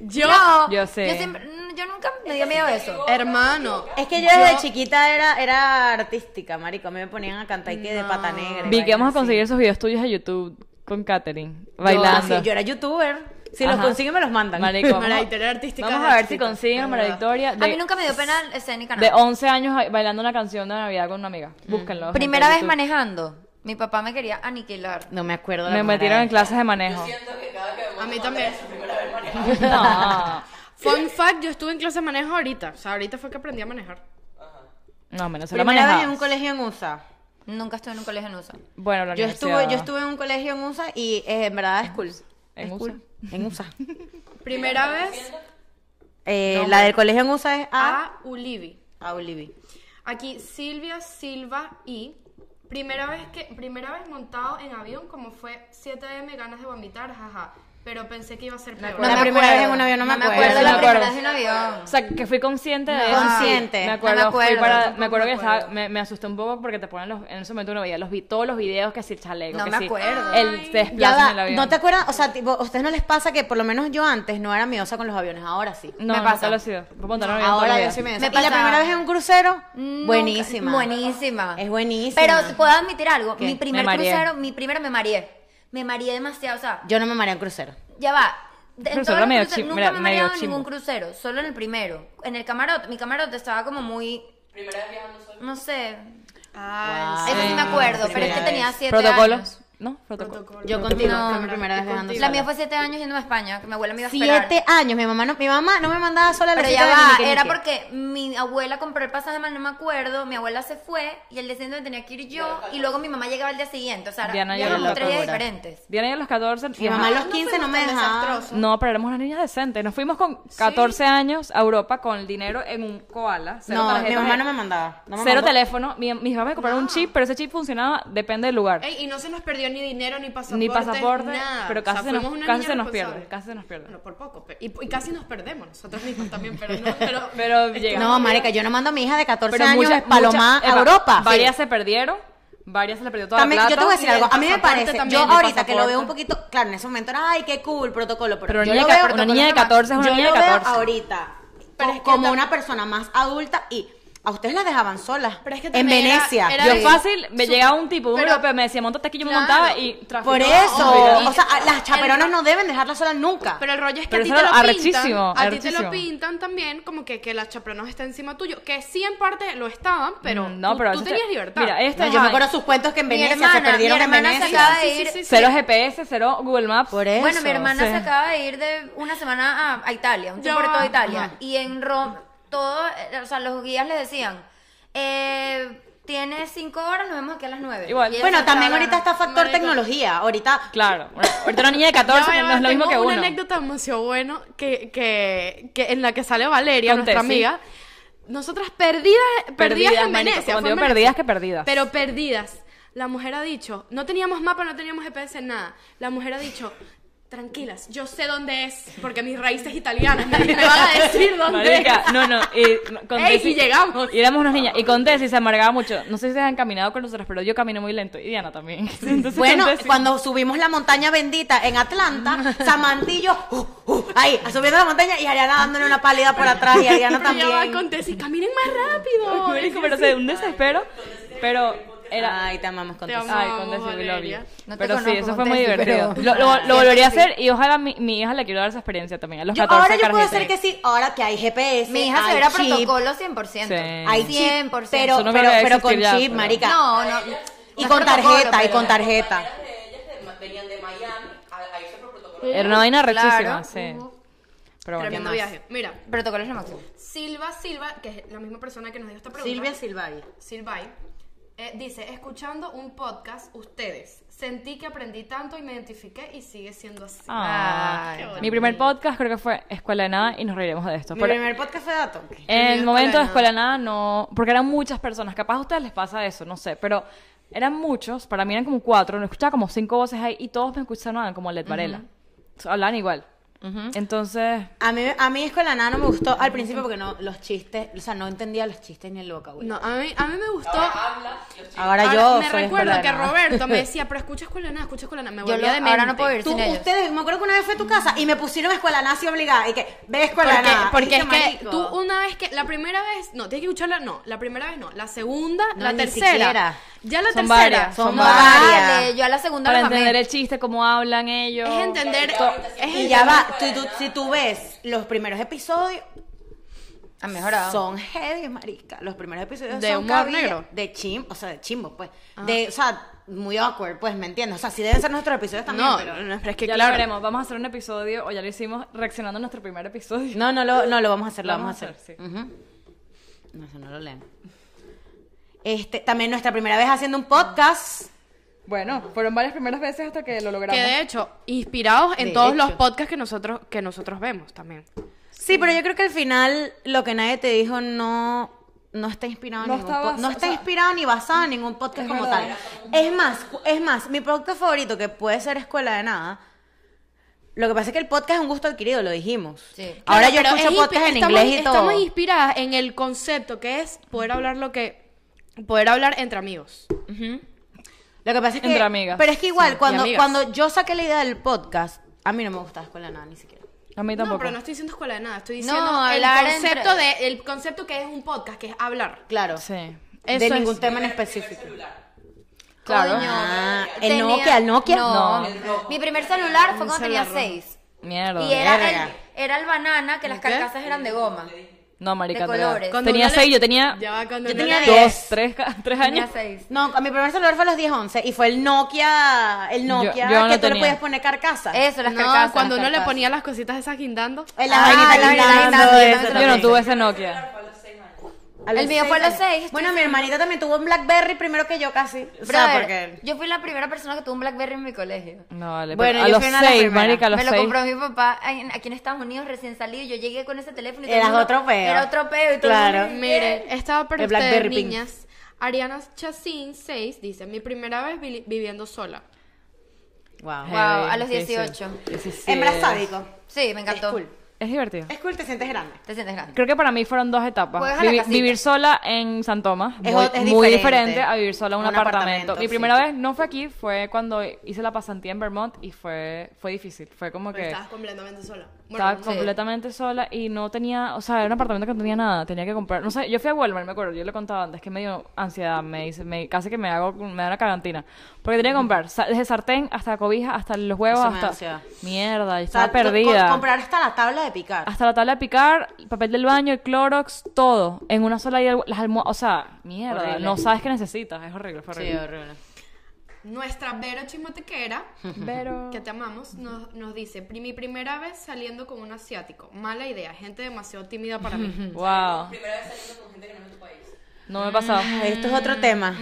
Speaker 3: Yo,
Speaker 4: No,
Speaker 2: Yo sé.
Speaker 4: Yo, siempre- mm, yo nunca me dio miedo a eso.
Speaker 3: hermano,
Speaker 1: Es que yo desde chiquita era, era artística, marico. A mí me ponían a cantar y que de pata negra. y
Speaker 2: Vi que
Speaker 1: vaina
Speaker 2: vamos a
Speaker 1: así.
Speaker 2: conseguir esos videos tuyos a YouTube con Katherine.
Speaker 1: Yo-
Speaker 2: Bailando.
Speaker 1: sí, Yo era youtuber. Si los
Speaker 2: Ajá.
Speaker 1: consiguen, me los mandan.
Speaker 2: Marico, vamos,
Speaker 3: Mara Victoria artística es
Speaker 2: vamos a ver si
Speaker 3: artística,
Speaker 2: consiguen
Speaker 3: es
Speaker 2: Mara
Speaker 3: verdad.
Speaker 2: Victoria. De,
Speaker 4: A mí nunca me dio pena este escénica.
Speaker 2: de
Speaker 4: nada.
Speaker 2: 11 años bailando una canción de Navidad con una amiga. Búsquenlo. gente,
Speaker 4: Primera
Speaker 2: en
Speaker 4: vez
Speaker 2: YouTube.
Speaker 4: manejando. Mi papá me quería aniquilar.
Speaker 1: No me acuerdo. la
Speaker 2: Me
Speaker 1: primera
Speaker 2: metieron en
Speaker 1: vez.
Speaker 2: clases de manejo. (laughs)
Speaker 6: Siento que cada que vemos
Speaker 3: a mí
Speaker 6: una
Speaker 3: también.
Speaker 2: No,
Speaker 3: Fun fact, yo estuve en clase de manejo ahorita, o sea, ahorita fue que aprendí a manejar.
Speaker 2: no menos la
Speaker 1: Primera vez en
Speaker 2: manejaba.
Speaker 1: un colegio en USA.
Speaker 4: Nunca estuve en un colegio en USA.
Speaker 2: Bueno, la
Speaker 1: Yo
Speaker 2: universidad-
Speaker 1: estuve, yo estuve en un colegio en USA y eh, en verdad es cool.
Speaker 2: Ah, ¿En
Speaker 1: Es
Speaker 2: USA?
Speaker 1: cool. En
Speaker 2: (laughs)
Speaker 1: USA.
Speaker 3: Primera vez
Speaker 1: Eh, la del colegio en USA es A.
Speaker 4: Ah.
Speaker 3: a Ulivi.
Speaker 1: A Olivi.
Speaker 3: Aquí Silvia Silva y primera vez que primera vez montado en avión como fue 7M ganas de vomitar, jaja, pero pensé que iba a ser peor.
Speaker 1: La
Speaker 4: me
Speaker 1: primera
Speaker 4: acuerdo.
Speaker 1: vez en un avión, no me acuerdo.
Speaker 4: acuerdo
Speaker 2: Sí,
Speaker 4: la
Speaker 2: me
Speaker 4: primera
Speaker 2: acuerdo.
Speaker 4: vez en un avión.
Speaker 2: O sea, que fui consciente de
Speaker 1: No.
Speaker 2: eso.
Speaker 1: Consciente.
Speaker 2: Me acuerdo,
Speaker 4: No me
Speaker 2: fui
Speaker 4: acuerdo,
Speaker 2: para-
Speaker 4: tampoco
Speaker 2: me acuerdo que
Speaker 3: me acuerdo.
Speaker 2: estaba- me, me asusté un poco porque te ponen los, en ese momento uno veía los, vi- todos los videos que si el chaleco,
Speaker 4: No
Speaker 2: que
Speaker 4: me
Speaker 2: si
Speaker 4: acuerdo.
Speaker 2: el te
Speaker 1: Ya
Speaker 2: desplazan
Speaker 1: va,
Speaker 2: en el avión.
Speaker 1: ¿no te acuerdas? O sea, tipo, ¿a ustedes no les pasa que por lo menos yo antes no era miedosa con los aviones? Ahora sí.
Speaker 2: No,
Speaker 4: Me
Speaker 2: no,
Speaker 4: pasa.
Speaker 2: te lo he sido. Voy a montar un avión todos
Speaker 1: Ahora
Speaker 2: los
Speaker 1: yo
Speaker 2: días.
Speaker 1: sí me,
Speaker 4: Me
Speaker 1: Y la
Speaker 4: pasa.
Speaker 1: primera vez en un crucero,
Speaker 4: Nunca-
Speaker 1: buenísima.
Speaker 4: Buenísima.
Speaker 1: Es buenísima.
Speaker 4: Pero puedo admitir algo.
Speaker 1: ¿Qué?
Speaker 4: Mi primer
Speaker 2: Me mareé.
Speaker 4: crucero, mi primera me mareé. Me mareé demasiado. O sea,
Speaker 1: Yo no me mareé en crucero.
Speaker 4: ya va. De-
Speaker 2: Pero solo
Speaker 4: En todos los
Speaker 2: medio
Speaker 4: cruceros-
Speaker 2: chim-
Speaker 4: nunca
Speaker 2: mira,
Speaker 4: me he
Speaker 2: medio
Speaker 4: mareado en ningún
Speaker 2: chimbo.
Speaker 4: crucero, solo en el primero. En el camarote, mi camarote estaba como muy,
Speaker 6: Primera vez viajando solo.
Speaker 4: no sé,
Speaker 3: Ay,
Speaker 1: Wow.
Speaker 4: eso sí me acuerdo, pero es que
Speaker 1: Primera
Speaker 4: tenía
Speaker 1: vez.
Speaker 4: siete
Speaker 2: Protocolo.
Speaker 4: años.
Speaker 2: ¿No? Protocolo.
Speaker 7: Protocolo.
Speaker 1: Yo contigo,
Speaker 4: No.
Speaker 1: fue mi primera vez dejando
Speaker 4: La mía fue siete años yendo a España, que mi abuela me iba a esperar.
Speaker 1: Siete años. Mi mamá no, mi mamá no me mandaba sola a los
Speaker 4: Pero
Speaker 1: siete
Speaker 4: ya
Speaker 1: años, ni
Speaker 4: va,
Speaker 1: que, ni
Speaker 4: era
Speaker 1: que.
Speaker 4: porque mi abuela compró el pasaje mal, no me acuerdo, mi abuela se fue y el día siguiente me tenía que ir yo y luego mi mamá llegaba el día siguiente, o sea,
Speaker 2: Diana
Speaker 4: eran
Speaker 2: llegó
Speaker 4: como
Speaker 2: a
Speaker 4: tres días
Speaker 2: locura.
Speaker 4: diferentes.
Speaker 2: Diana y a los 14.
Speaker 1: Mi
Speaker 2: ajá.
Speaker 1: mamá a los 15 no, me
Speaker 3: tan
Speaker 1: dejaba.
Speaker 3: desastroso.
Speaker 2: No, pero éramos unas niñas decentes. Nos fuimos con 14 años a Europa con el dinero en un koala. cero
Speaker 1: No, mi
Speaker 2: tarjetas
Speaker 1: mamá
Speaker 2: de-
Speaker 1: no me mandaba. No me
Speaker 2: cero
Speaker 1: mandó. Ah.
Speaker 2: teléfono. Mi- mis papás me compraron un chip, pero ese chip funcionaba, depende del lugar.
Speaker 3: Ey, y no se nos perdió ni dinero, ni pasaporte.
Speaker 2: Ni pasaporte,
Speaker 3: nada.
Speaker 2: pero
Speaker 3: O sea,
Speaker 2: casi se nos-
Speaker 3: fuimos unas
Speaker 2: casi
Speaker 3: niñas
Speaker 2: se nos
Speaker 3: responsables.
Speaker 2: pierde, casi se nos pierde.
Speaker 3: Bueno, por poco. pe- Y, y casi nos perdemos nosotros mismos también, pero no. Pero,
Speaker 2: (laughs) Pero llegamos.
Speaker 1: No, marica, yo no mando a mi hija de 14
Speaker 2: pero
Speaker 1: años
Speaker 2: muchas-
Speaker 1: Paloma
Speaker 2: muchas-
Speaker 1: a
Speaker 2: Eva,
Speaker 1: Europa.
Speaker 2: Varias se perdieron, varias se le perdió toda
Speaker 1: También, yo
Speaker 2: la
Speaker 1: te
Speaker 2: plata.
Speaker 1: voy a decir
Speaker 3: y el
Speaker 1: algo. A mí me
Speaker 3: pasaporte
Speaker 1: parece,
Speaker 3: también,
Speaker 1: yo
Speaker 3: el
Speaker 1: ahorita que lo veo un
Speaker 2: pasaporte.
Speaker 1: poquito, claro, en ese momento era, ay, qué cool, protocolo, pero,
Speaker 2: Pero
Speaker 1: yo
Speaker 2: niña
Speaker 1: lo
Speaker 2: de
Speaker 1: veo,
Speaker 2: ca- una niña de 14 es una
Speaker 1: yo
Speaker 2: niña
Speaker 1: lo
Speaker 2: de
Speaker 1: veo
Speaker 2: 14.
Speaker 1: ahorita
Speaker 3: Pero
Speaker 1: co-
Speaker 3: es que
Speaker 1: como
Speaker 3: tam-
Speaker 1: una persona más adulta y a ustedes las dejaban solas
Speaker 3: Pero es que
Speaker 1: en
Speaker 3: también era-
Speaker 1: Venecia.
Speaker 3: era
Speaker 2: Yo
Speaker 3: de-
Speaker 2: fácil, me llegaba un tipo, un
Speaker 3: pero-
Speaker 2: europeo, me decía, montate aquí, yo me
Speaker 3: Claro.
Speaker 2: montaba y traficaba.
Speaker 1: Por
Speaker 3: obligado.
Speaker 1: eso, o sea, a-
Speaker 3: El-
Speaker 1: las chaperonas no deben dejarlas solas nunca.
Speaker 3: Pero el rollo es que
Speaker 2: Pero
Speaker 3: a ti
Speaker 2: eso
Speaker 3: te
Speaker 2: era
Speaker 3: lo
Speaker 2: arrechísimo,
Speaker 3: pintan. A ti te
Speaker 2: arrechísimo.
Speaker 3: lo pintan también como que, que la chaperona está encima tuyo. Que sí, en parte lo estaban, pero,
Speaker 2: Mm, no,
Speaker 3: tú,
Speaker 2: pero
Speaker 3: tú
Speaker 2: eso te-
Speaker 3: tenías libertad.
Speaker 2: mira, es-
Speaker 1: No, yo me acuerdo sus cuentos que en
Speaker 4: Mi
Speaker 1: Venecia se
Speaker 4: hermana, mi
Speaker 1: perdieron en
Speaker 4: hermana se
Speaker 1: Venecia.
Speaker 4: acaba de
Speaker 3: Sí, sí,
Speaker 4: ir.
Speaker 3: sí, sí.
Speaker 2: Cero GPS, cero Google Maps.
Speaker 1: Por eso.
Speaker 4: Bueno, mi hermana
Speaker 2: sí.
Speaker 4: se acaba de ir de una semana a, a Italia, un
Speaker 3: Ya
Speaker 4: tiempo por
Speaker 3: va.
Speaker 4: toda Italia.
Speaker 3: Ajá.
Speaker 4: Y en Roma, todo, eh, o sea, los guías le decían, eh, tienes cinco horas, nos vemos aquí a las nueve.
Speaker 2: Igual.
Speaker 4: Y ella
Speaker 1: Bueno,
Speaker 4: se
Speaker 1: también
Speaker 4: acaba-
Speaker 1: ahorita está factor
Speaker 3: Marica.
Speaker 1: tecnología. Ahorita
Speaker 2: Claro. Bueno, Ahorita una
Speaker 1: (laughs)
Speaker 2: niña de 14
Speaker 3: Ya va,
Speaker 2: no es lo mismo
Speaker 3: tengo
Speaker 2: que uno.
Speaker 3: una anécdota demasiado buena que, que, que en la que sale Valeria,
Speaker 2: Conté,
Speaker 3: nuestra
Speaker 2: sí.
Speaker 3: amiga. Nosotras perdidas, perdidas, en
Speaker 2: marica,
Speaker 3: Venecia.
Speaker 2: Cuando
Speaker 3: fue en
Speaker 2: digo
Speaker 3: Venecia.
Speaker 2: perdidas, que perdidas.
Speaker 3: Pero perdidas. La mujer ha dicho, no teníamos mapa, no teníamos GPS, nada. La mujer ha dicho, tranquilas, yo sé dónde es, porque mis raíces italianas (laughs) me, me van a decir dónde
Speaker 2: Marica,
Speaker 3: es.
Speaker 2: no, no. Y, no, con
Speaker 3: Ey,
Speaker 2: Tessy-
Speaker 3: y llegamos.
Speaker 2: Y éramos unas niñas. Y con Tessy se amargaba mucho. No sé si se han caminado con nosotros, pero yo camino muy lento. Y Diana también. (laughs) Entonces,
Speaker 1: Bueno,
Speaker 2: con Tessy-
Speaker 1: cuando subimos la montaña bendita en Atlanta, Samantillo, uh, uh, ahí, subiendo la montaña y Ariana dándole una pálida por atrás y Ariana
Speaker 3: Pero ya va
Speaker 1: también.
Speaker 3: con Tessy, caminen más rápido. Este
Speaker 2: Marica, pero se un desespero. Pero era.
Speaker 1: Ay, te amamos con
Speaker 3: Te
Speaker 1: tu-
Speaker 3: amo.
Speaker 2: Ay, con Tessy,
Speaker 3: Vamos,
Speaker 2: we love you.
Speaker 3: Valeria.
Speaker 4: No te
Speaker 2: pero sí,
Speaker 4: conozco
Speaker 2: eso
Speaker 4: con
Speaker 2: fue muy
Speaker 4: Tessy,
Speaker 2: divertido.
Speaker 4: pero-
Speaker 2: Lo, lo- lo
Speaker 4: Ah,
Speaker 2: volvería a
Speaker 4: sí.
Speaker 2: hacer y ojalá mi, mi hija le quiero dar esa experiencia también. A los
Speaker 1: Yo-
Speaker 2: 14
Speaker 1: ahora yo puedo
Speaker 2: carajitos.
Speaker 1: hacer que sí, ahora que hay GPS.
Speaker 4: Mi hija
Speaker 1: hay
Speaker 4: se verá
Speaker 1: chip,
Speaker 4: protocolo 100%. Eh,
Speaker 2: Sí.
Speaker 1: Hay chip,
Speaker 4: 100%.
Speaker 1: pero,
Speaker 2: Eso no
Speaker 1: pero,
Speaker 2: debería
Speaker 1: pero con
Speaker 2: existir ya,
Speaker 1: chip,
Speaker 2: pero-
Speaker 1: marica.
Speaker 4: No,
Speaker 1: y
Speaker 4: no. no
Speaker 1: con
Speaker 4: es protocolo,
Speaker 1: tarjeta, y
Speaker 4: pero-
Speaker 1: con tarjeta.
Speaker 8: Varias de ellas de Ma- venían de Miami a, a irse por protocolo.
Speaker 2: Era una vaina
Speaker 4: Claro.
Speaker 2: rechísima, sí. Pero bueno.
Speaker 3: Tremendo viaje. Mira,
Speaker 4: Protocolo es lo máximo.
Speaker 3: Silva Silva, que es la misma persona que nos dio esta pregunta.
Speaker 1: Silvia Silvari.
Speaker 3: Silvay, eh, dice, escuchando un podcast, ustedes, sentí que aprendí tanto y me identifiqué y sigue siendo así.
Speaker 2: Ah,
Speaker 4: Ay,
Speaker 2: mi primer podcast creo que fue Escuela de Nada y nos reiremos de esto.
Speaker 1: Mi
Speaker 2: Pero
Speaker 1: primer podcast fue Dato.
Speaker 2: en el
Speaker 3: Escuela
Speaker 2: momento
Speaker 3: de
Speaker 2: de Escuela de Nada no, porque eran muchas personas, capaz a ustedes les pasa eso, no sé, pero eran muchos, para mí eran como cuatro, no escuchaba como cinco voces ahí y todos me escuchaban como Led Varela. So, Hablaban igual. Entonces,
Speaker 1: A mí, a mí Escuela de Nada no me gustó al principio porque no, los chistes, o sea, no entendía los chistes ni el vocabulario.
Speaker 3: No, a mí, a mí me gustó.
Speaker 1: Ahora,
Speaker 3: Ahora,
Speaker 1: yo
Speaker 3: me
Speaker 1: soy
Speaker 3: recuerdo
Speaker 1: Escuela de
Speaker 3: que
Speaker 1: Nada.
Speaker 3: Roberto me decía, pero escucha escuela de nada, escucha escuela de nada. Me
Speaker 4: Yo
Speaker 3: volvía
Speaker 4: lo-
Speaker 3: de
Speaker 4: ahora no puedo ir
Speaker 1: Tú,
Speaker 4: sin ellos.
Speaker 1: ustedes, me acuerdo que una vez fue a tu casa y me pusieron escuela nazi obligada y que ve escuela
Speaker 3: Porque,
Speaker 1: nada.
Speaker 3: porque
Speaker 1: Y
Speaker 3: es que
Speaker 1: marico.
Speaker 3: tú una vez que, la primera vez, no, tienes que escucharla, no, la primera vez no, la segunda,
Speaker 1: No,
Speaker 3: la
Speaker 1: ni
Speaker 3: tercera.
Speaker 1: siquiera.
Speaker 3: Ya la
Speaker 2: Son
Speaker 3: tercera.
Speaker 2: varias, son
Speaker 1: son
Speaker 4: No,
Speaker 1: varias.
Speaker 4: vale, yo a la segunda
Speaker 2: para
Speaker 4: la mamé.
Speaker 2: entender el chiste, cómo hablan ellos.
Speaker 3: Es entender. es
Speaker 1: y ya va, tú-
Speaker 8: Escuela de
Speaker 1: tú-
Speaker 8: Nada.
Speaker 1: si tú ves los primeros episodios
Speaker 4: Ha mejorado.
Speaker 1: son heavy, marica. Los primeros episodios
Speaker 3: De
Speaker 1: son
Speaker 3: humor
Speaker 1: cabilla-
Speaker 3: negro. Ah.
Speaker 1: de chim, o sea, de chimbo, pues. De, o sea, muy awkward, pues, ¿me entiendes? O sea, sí deben ser nuestros episodios también,
Speaker 3: No,
Speaker 1: pero-
Speaker 3: no, pero es que
Speaker 2: ya
Speaker 3: claro.
Speaker 2: lo veremos, vamos a hacer un episodio, o ya lo hicimos reaccionando a nuestro primer episodio. (laughs)
Speaker 1: No, no lo, no lo vamos a hacer, lo
Speaker 2: Vamos
Speaker 1: vamos,
Speaker 2: a
Speaker 1: a
Speaker 2: hacer,
Speaker 1: hacer. Ujú. No, eso no lo leemos. Este, también nuestra primera vez haciendo un podcast.
Speaker 2: Bueno, fueron varias primeras veces hasta que lo logramos.
Speaker 3: Que de hecho, inspirados en
Speaker 1: De
Speaker 3: todos los
Speaker 1: hecho.
Speaker 3: podcasts que nosotros, que nosotros vemos también.
Speaker 1: Sí, pero yo creo que al final lo que nadie te dijo no, no está inspirado en
Speaker 2: No
Speaker 1: ningún
Speaker 2: está
Speaker 1: po-
Speaker 2: basa-
Speaker 1: No está
Speaker 2: o sea,
Speaker 1: inspirado ni basado en ningún podcast como
Speaker 2: verdad.
Speaker 1: tal. Es más, cu- es más, mi producto favorito, que puede ser Escuela de Nada, lo que pasa es que el podcast es un gusto adquirido, lo dijimos.
Speaker 4: Sí.
Speaker 1: Ahora
Speaker 3: Claro,
Speaker 1: yo
Speaker 3: pero
Speaker 1: escucho
Speaker 3: es inspi-
Speaker 1: podcast en
Speaker 3: estamos-
Speaker 1: inglés y todo.
Speaker 3: Estamos inspiradas en el concepto que es poder hablar lo que. Poder hablar entre amigos.
Speaker 1: Lo que pasa es que.
Speaker 2: Entre amigas.
Speaker 1: Pero es que igual, cuando,
Speaker 3: amigas.
Speaker 1: cuando yo saqué la idea del podcast, a mí no me gustaba Escuela de Nada ni siquiera.
Speaker 2: A mí
Speaker 3: No,
Speaker 2: tampoco.
Speaker 3: pero no estoy diciendo escuela de nada, estoy
Speaker 4: No,
Speaker 3: diciendo el,
Speaker 4: hablar
Speaker 3: concepto
Speaker 4: entre-
Speaker 3: de, el concepto que es un podcast, que es hablar.
Speaker 1: Claro.
Speaker 2: Sí.
Speaker 1: de
Speaker 3: Eso
Speaker 1: ningún
Speaker 3: es.
Speaker 1: tema en específico.
Speaker 2: Claro.
Speaker 4: Coño,
Speaker 1: Ah, el
Speaker 4: tenía-
Speaker 1: Nokia, el Nokia.
Speaker 4: No.
Speaker 2: No.
Speaker 4: Mi primer celular fue cuando tenía
Speaker 3: celular rojo.
Speaker 4: seis.
Speaker 2: Mierda.
Speaker 4: Y era
Speaker 1: verga.
Speaker 4: el, era el banana que las
Speaker 3: ¿Qué?
Speaker 4: carcasas eran de goma.
Speaker 2: No, marica,
Speaker 4: De
Speaker 2: te da.
Speaker 4: colores.
Speaker 7: Cuando
Speaker 2: Tenía
Speaker 7: uno le-
Speaker 2: seis, yo tenía
Speaker 3: Ya va, cuando
Speaker 1: Yo
Speaker 3: uno
Speaker 1: tenía
Speaker 3: le-
Speaker 1: diez.
Speaker 2: dos, tres, (laughs) ca- tres
Speaker 4: Tenía
Speaker 2: años.
Speaker 4: seis.
Speaker 1: No, a mi primer celular fue a los 10, 11 y fue el Nokia, el Nokia
Speaker 2: yo no
Speaker 1: que tú le
Speaker 2: tenía.
Speaker 1: podías poner carcasa.
Speaker 4: Eso, las
Speaker 7: No,
Speaker 4: carcasas,
Speaker 7: cuando
Speaker 4: las
Speaker 7: uno le
Speaker 4: carcasas.
Speaker 7: ponía las cositas esas guindando.
Speaker 1: El
Speaker 4: Ah, la vaina
Speaker 1: bailando,
Speaker 4: bailando,
Speaker 1: eso
Speaker 4: yo
Speaker 2: Yo no
Speaker 1: también.
Speaker 2: tuve ese Nokia.
Speaker 1: A los
Speaker 4: El mío fue a los
Speaker 1: seis.
Speaker 4: seis,
Speaker 1: Bueno,
Speaker 4: estoy
Speaker 1: mi hermanita también tuvo un Blackberry primero que yo casi. O sea,
Speaker 4: Brother,
Speaker 1: porque...
Speaker 4: yo fui la primera persona que tuvo un Blackberry en mi colegio.
Speaker 2: No, vale.
Speaker 1: Bueno,
Speaker 2: pero a
Speaker 1: yo
Speaker 2: los
Speaker 1: fui una de las
Speaker 2: seis,
Speaker 1: primeras.
Speaker 2: marica, a los
Speaker 4: Me lo
Speaker 2: seis.
Speaker 4: compró mi papá en- aquí en Estados Unidos recién salido. Yo llegué con ese teléfono y todo el
Speaker 1: Eras
Speaker 4: mundo-
Speaker 1: otro peo.
Speaker 4: Era otro peo y todo
Speaker 1: Claro.
Speaker 4: el mundo-
Speaker 7: Miren, estaba para
Speaker 1: El
Speaker 7: ustedes,
Speaker 1: Blackberry eh, Pink.
Speaker 7: niñas. Ariana Chacín 6 dice, mi primera vez vi- viviendo sola.
Speaker 1: Wow.
Speaker 4: Wow, a los 18.
Speaker 1: Embrazádico.
Speaker 4: Sí, me encantó.
Speaker 1: Es cool.
Speaker 2: Es divertido.
Speaker 1: Es cool, te sientes grande.
Speaker 4: Te sientes grande.
Speaker 2: Creo que para mí fueron dos etapas.
Speaker 4: Juegas a la
Speaker 2: Vivi-
Speaker 4: casita.
Speaker 2: vivir sola en San Tomás,
Speaker 1: Es
Speaker 2: muy,
Speaker 1: o- es
Speaker 2: muy
Speaker 1: diferente.
Speaker 2: diferente a vivir sola en un,
Speaker 1: Un
Speaker 2: apartamento.
Speaker 1: apartamento,
Speaker 2: Mi
Speaker 1: sí.
Speaker 2: primera vez no fue aquí, fue cuando hice la pasantía en Vermont y fue, fue difícil. Fue como que
Speaker 3: Estabas completamente sola.
Speaker 2: estaba
Speaker 4: sí.
Speaker 2: completamente sola y no tenía, o sea, era un apartamento que no tenía nada, tenía que comprar. No sé, yo fui a Walmart, me acuerdo, yo le contaba antes que me dio ansiedad, me hice, me, casi que me hago, me da una cagantina. Porque tenía que comprar sa- desde sartén hasta cobija, hasta los huevos,
Speaker 1: Eso me da
Speaker 2: hasta.
Speaker 1: ansiedad.
Speaker 2: Mierda, y
Speaker 1: O sea,
Speaker 2: estaba
Speaker 1: co-
Speaker 2: perdida. Ah,
Speaker 1: co- comprar hasta la tabla de picar.
Speaker 2: Hasta la tabla de picar, el papel del baño, el Clorox, todo. En una sola ida, las almohadas. O sea, mierda.
Speaker 1: Horrible.
Speaker 2: No sabes qué necesitas. Es horrible, fue horrible.
Speaker 1: horrible.
Speaker 3: Nuestra Vero Chimotequera,
Speaker 2: Pero.
Speaker 3: que te amamos, nos, nos dice, "Pri- mi primera vez saliendo con un asiático. Mala idea, gente demasiado tímida para
Speaker 2: (laughs)
Speaker 3: mí.
Speaker 2: Wow.
Speaker 8: Primera vez saliendo con gente que no es de tu país.
Speaker 2: No me ha pasado.
Speaker 1: esto es otro tema.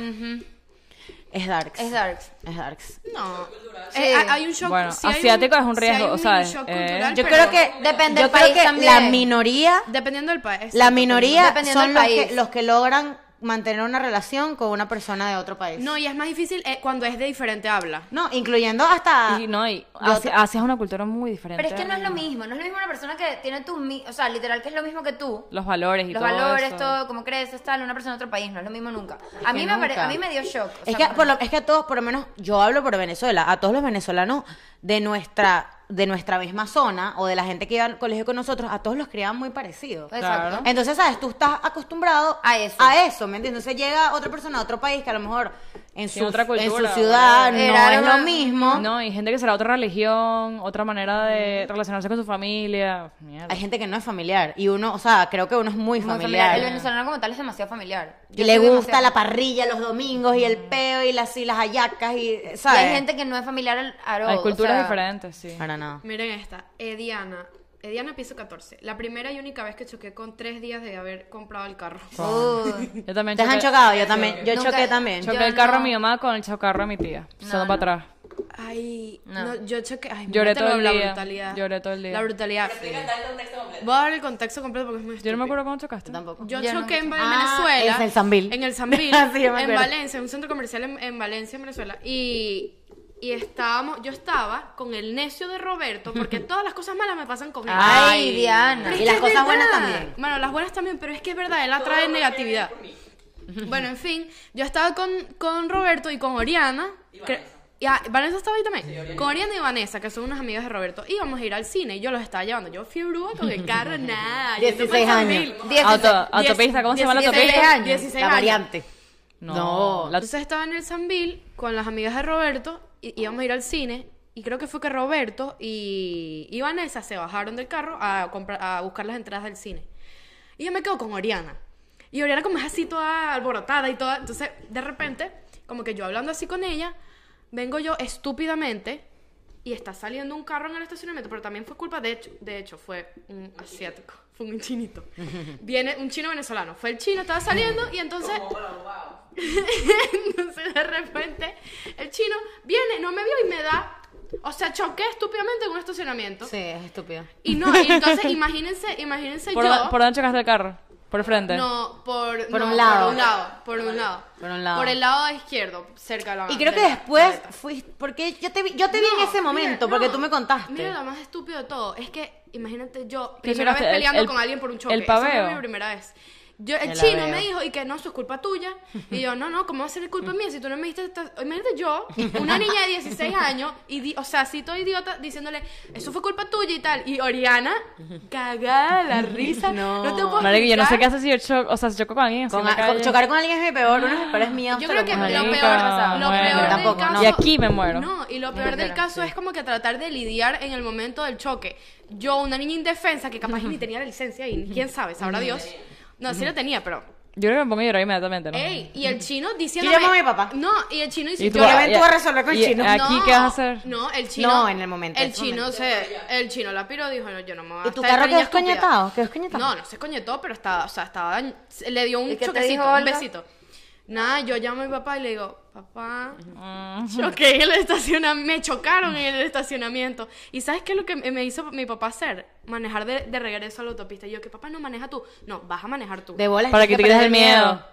Speaker 1: Es darks.
Speaker 4: Mm, Es darks.
Speaker 1: Es darks.
Speaker 3: no.
Speaker 4: Sí.
Speaker 3: Eh, hay un shock.
Speaker 2: Bueno,
Speaker 3: sí hay un-
Speaker 2: asiático es un
Speaker 3: sí
Speaker 2: riesgo,
Speaker 3: hay un
Speaker 2: ¿sabes?
Speaker 3: shock
Speaker 2: Eh,
Speaker 3: cultural,
Speaker 1: Yo
Speaker 3: pero-
Speaker 1: creo que
Speaker 4: Depende
Speaker 1: yo creo
Speaker 4: del país
Speaker 1: que
Speaker 4: también.
Speaker 1: la minoría,
Speaker 3: Dependiendo del país.
Speaker 1: la
Speaker 3: exacto,
Speaker 1: minoría
Speaker 4: Dependiendo
Speaker 1: son
Speaker 4: del
Speaker 1: los
Speaker 4: país.
Speaker 1: que, los que logran mantener una relación con una persona de otro país.
Speaker 3: No, y es más difícil eh, cuando es de diferente habla.
Speaker 1: No, incluyendo hasta
Speaker 2: Y no, y
Speaker 1: ah, Yo
Speaker 2: Asia,
Speaker 1: sé-
Speaker 2: Asia es una cultura muy diferente.
Speaker 4: Pero es que no es lo mismo. No es lo mismo una persona que tiene tu... mi- O sea, literal que es lo mismo que tú.
Speaker 2: Los valores y
Speaker 4: Los
Speaker 2: todo.
Speaker 4: valores,
Speaker 2: eso.
Speaker 4: todo, cómo creces, tal. Una persona de otro país. No es lo mismo nunca. A mí,
Speaker 1: que
Speaker 4: me, pare-
Speaker 1: nunca.
Speaker 4: a mí me dio shock. o
Speaker 1: Es
Speaker 4: sea,
Speaker 1: que, por lo- es que a todos, por lo menos yo hablo por Venezuela, a todos los venezolanos de nuestra, de nuestra misma zona o de la gente que iba al colegio con nosotros, a todos los criaban muy parecidos.
Speaker 4: Exacto.
Speaker 2: Claro.
Speaker 1: Entonces, ¿sabes? Tú estás acostumbrado
Speaker 4: A eso.
Speaker 1: a eso, ¿me entiendes? Entonces llega otra persona a otro país que a lo mejor en su,
Speaker 2: otra
Speaker 1: en su
Speaker 2: cultura,
Speaker 1: ciudad no
Speaker 4: Era
Speaker 1: es
Speaker 4: una-
Speaker 1: lo mismo.
Speaker 2: No, y gente que será otra religión, otra manera de relacionarse con su familia. Mierda.
Speaker 1: Hay gente que no es familiar y uno, o sea, creo que uno es muy,
Speaker 4: muy
Speaker 1: familiar.
Speaker 4: El venezolano como tal es demasiado familiar.
Speaker 1: Y
Speaker 4: Yo
Speaker 1: le
Speaker 4: soy
Speaker 1: gusta
Speaker 4: demasiado-
Speaker 1: la parrilla los domingos y el peo y las, y las hallacas y,
Speaker 4: Y
Speaker 1: ¿sabes?
Speaker 4: hay gente que no es familiar al al-
Speaker 2: Hay
Speaker 4: o
Speaker 2: culturas
Speaker 4: sea,
Speaker 2: diferentes, sí.
Speaker 1: Para nada.
Speaker 3: Miren esta, Ediana, Ediana piso 14. La primera y única vez que choqué con tres días de haber comprado el carro.
Speaker 4: Uh,
Speaker 2: Yo también
Speaker 1: ¿Te han
Speaker 2: choqué-
Speaker 1: chocado? Yo también. Yo
Speaker 4: Nunca-
Speaker 1: choqué también.
Speaker 4: Yo
Speaker 2: Choqué el carro
Speaker 4: no.
Speaker 2: a mi mamá con el chocarro a mi tía. Solo
Speaker 4: no.
Speaker 2: para atrás.
Speaker 3: Ay,
Speaker 4: No.
Speaker 3: no. yo choqué. Ay,
Speaker 2: Lloré
Speaker 3: imagínate
Speaker 2: todo
Speaker 3: lo-
Speaker 2: el
Speaker 3: la
Speaker 2: día,
Speaker 3: brutalidad.
Speaker 2: lloré todo el día.
Speaker 3: La brutalidad.
Speaker 8: Explica, da el contexto completo.
Speaker 3: Voy a dar el contexto completo porque es muy
Speaker 2: Yo no me
Speaker 3: estúpido.
Speaker 2: acuerdo cómo chocaste.
Speaker 1: Tampoco.
Speaker 3: Yo
Speaker 4: Yo no
Speaker 3: choqué en
Speaker 4: me-
Speaker 1: Ah,
Speaker 3: Venezuela.
Speaker 1: es el Sambil.
Speaker 3: En
Speaker 1: (laughs)
Speaker 3: el Sambil.
Speaker 1: Ah, Sí, yo me
Speaker 3: en
Speaker 1: acuerdo.
Speaker 3: Valencia, en un centro comercial en, en Valencia, en Venezuela. Y, y estábamos, yo estaba con el necio de Roberto,
Speaker 1: (laughs)
Speaker 3: porque todas las cosas malas me pasan con él.
Speaker 4: Ay,
Speaker 3: Pero
Speaker 4: Diana.
Speaker 3: es
Speaker 1: Y
Speaker 3: que
Speaker 1: las
Speaker 3: es
Speaker 1: cosas buenas
Speaker 3: verdad.
Speaker 1: también.
Speaker 3: Bueno, las buenas también, pero es que es verdad, él atrae negatividad. Bueno, en fin, yo estaba con, con Roberto y con Oriana.
Speaker 8: Y
Speaker 3: cre-
Speaker 8: Vanessa.
Speaker 3: y, ah, Vanessa estaba ahí también. con Oriana y Vanessa, que son unas amigas de Roberto, íbamos a ir al cine y yo los estaba llevando. Yo fui brúa con el
Speaker 1: (laughs)
Speaker 3: carro, nada. yendo
Speaker 1: 16
Speaker 3: para San
Speaker 1: años. Ah,
Speaker 3: Miguel.
Speaker 4: Diez-
Speaker 2: Auto, autopista, ¿cómo se llama la
Speaker 4: dieciséis
Speaker 2: autopista?
Speaker 4: años.
Speaker 3: 16
Speaker 1: la
Speaker 3: años.
Speaker 1: variante.
Speaker 2: No. La-
Speaker 3: Entonces estaba en el Sanville con las amigas de Roberto y íbamos a ir al cine. Y creo que fue que Roberto y, y Vanessa se bajaron del carro a, comprar, a buscar las entradas del cine. Y yo me quedo con Oriana. Y Oriana como es así toda alborotada y toda... Entonces, de repente, como que yo hablando así con ella, vengo yo estúpidamente y está saliendo un carro en el estacionamiento, pero también fue culpa, de hecho, de hecho fue un asiático, fue un chinito. Viene un chino venezolano, fue el chino, estaba saliendo y entonces... (laughs) Entonces de repente el chino viene, no me vio y me da. O sea, choqué estúpidamente en un estacionamiento.
Speaker 1: Sí, es estúpido.
Speaker 3: Y no, y entonces imagínense, imagínense
Speaker 2: ¿Por,
Speaker 3: yo.
Speaker 2: por dónde chocaste el carro? ¿Por el frente?
Speaker 3: no, por,
Speaker 1: Por
Speaker 3: no,
Speaker 1: un lado.
Speaker 3: Por un lado, por un lado.
Speaker 1: Por un lado.
Speaker 3: Por el lado izquierdo, cerca de la
Speaker 1: Y creo que
Speaker 3: de la
Speaker 1: después
Speaker 3: maleta.
Speaker 1: fuiste. Porque yo te vi, yo te vi en
Speaker 3: No,
Speaker 1: ese momento,
Speaker 3: mira,
Speaker 1: porque
Speaker 3: no.
Speaker 1: tú me contaste.
Speaker 3: Mira, lo más estúpido de todo es que, imagínate yo,
Speaker 2: ¿Qué
Speaker 3: primera vez
Speaker 2: chocaste? El-
Speaker 3: peleando
Speaker 2: el-
Speaker 3: con alguien por un choque.
Speaker 2: el
Speaker 3: Esa fue
Speaker 2: paveo.
Speaker 3: mi primera vez. Yo,
Speaker 1: Te
Speaker 3: el
Speaker 1: la
Speaker 3: chino
Speaker 1: veo.
Speaker 3: me dijo, y que no, eso es culpa
Speaker 1: (laughs)
Speaker 3: tuya. Y yo, no, no, ¿cómo va a ser culpa mía si tú no me diste... esta- Imagínate
Speaker 1: (laughs)
Speaker 3: yo, una niña de 16 años, y di- o sea, así todo idiota, diciéndole, eso fue culpa tuya y tal. Y Oriana,
Speaker 1: (laughs)
Speaker 3: cagada de la risa. No, te puedo
Speaker 2: Marico, yo no sé
Speaker 3: explicar.
Speaker 2: qué hace si yo choco, o sea, si choco con alguien. así
Speaker 1: Con
Speaker 2: en la
Speaker 1: a- con-
Speaker 2: calle.
Speaker 1: chocar con alguien es mi peor, uno de mis peores miedos.
Speaker 3: Yo
Speaker 1: te
Speaker 3: creo que
Speaker 1: juro.
Speaker 3: lo
Speaker 2: Marica,
Speaker 3: peor, lo
Speaker 2: bueno.
Speaker 3: peor
Speaker 1: Tampoco,
Speaker 3: del caso.
Speaker 1: no.
Speaker 2: Y aquí me muero.
Speaker 3: No, y lo peor del caso es como que tratar de lidiar en el momento del choque. Yo, una niña indefensa que capaz ni tenía la licencia y quién sabe, sabrá Dios. No, sí la tenía, pero.
Speaker 2: Yo creo que me pongo a llorar inmediatamente, ¿no?
Speaker 3: Ey, y el chino diciendo.
Speaker 1: llamo a mi papá.
Speaker 3: No, y el chino
Speaker 2: Y
Speaker 3: diciendo.
Speaker 2: tú,
Speaker 1: Eh, yo
Speaker 2: ah,
Speaker 1: le ven,
Speaker 2: ya-
Speaker 1: tú vas a resolver con el
Speaker 2: y
Speaker 1: chino.
Speaker 2: Aquí, ¿qué vas a hacer?
Speaker 3: No, el chino.
Speaker 1: No, en el momento, en
Speaker 3: El
Speaker 1: ese
Speaker 3: chino se. El chino la piró y dijo, no, yo no me voy a
Speaker 1: ¿Y tu
Speaker 3: estar
Speaker 1: carro quedó
Speaker 3: niña estúpida.
Speaker 1: escoñetado? ¿Quedó escoñetado?
Speaker 3: No, no se coñetó, pero estaba, o sea, estaba dañ- se- le dio un
Speaker 4: ¿Y qué te
Speaker 3: choquecito,
Speaker 4: dijo
Speaker 3: un
Speaker 4: Olga?
Speaker 3: besito. Nada, yo llamo a mi papá y le digo, papá, choqué en el estacionamiento, me chocaron en el estacionamiento. ¿Y sabes qué es lo que me hizo mi papá hacer? Manejar de, de regreso a la autopista. Y yo, que papá, no maneja tú. No, vas a manejar tú.
Speaker 1: De bolas.
Speaker 2: Para
Speaker 1: tienes
Speaker 2: que te
Speaker 1: perder
Speaker 2: quites el miedo.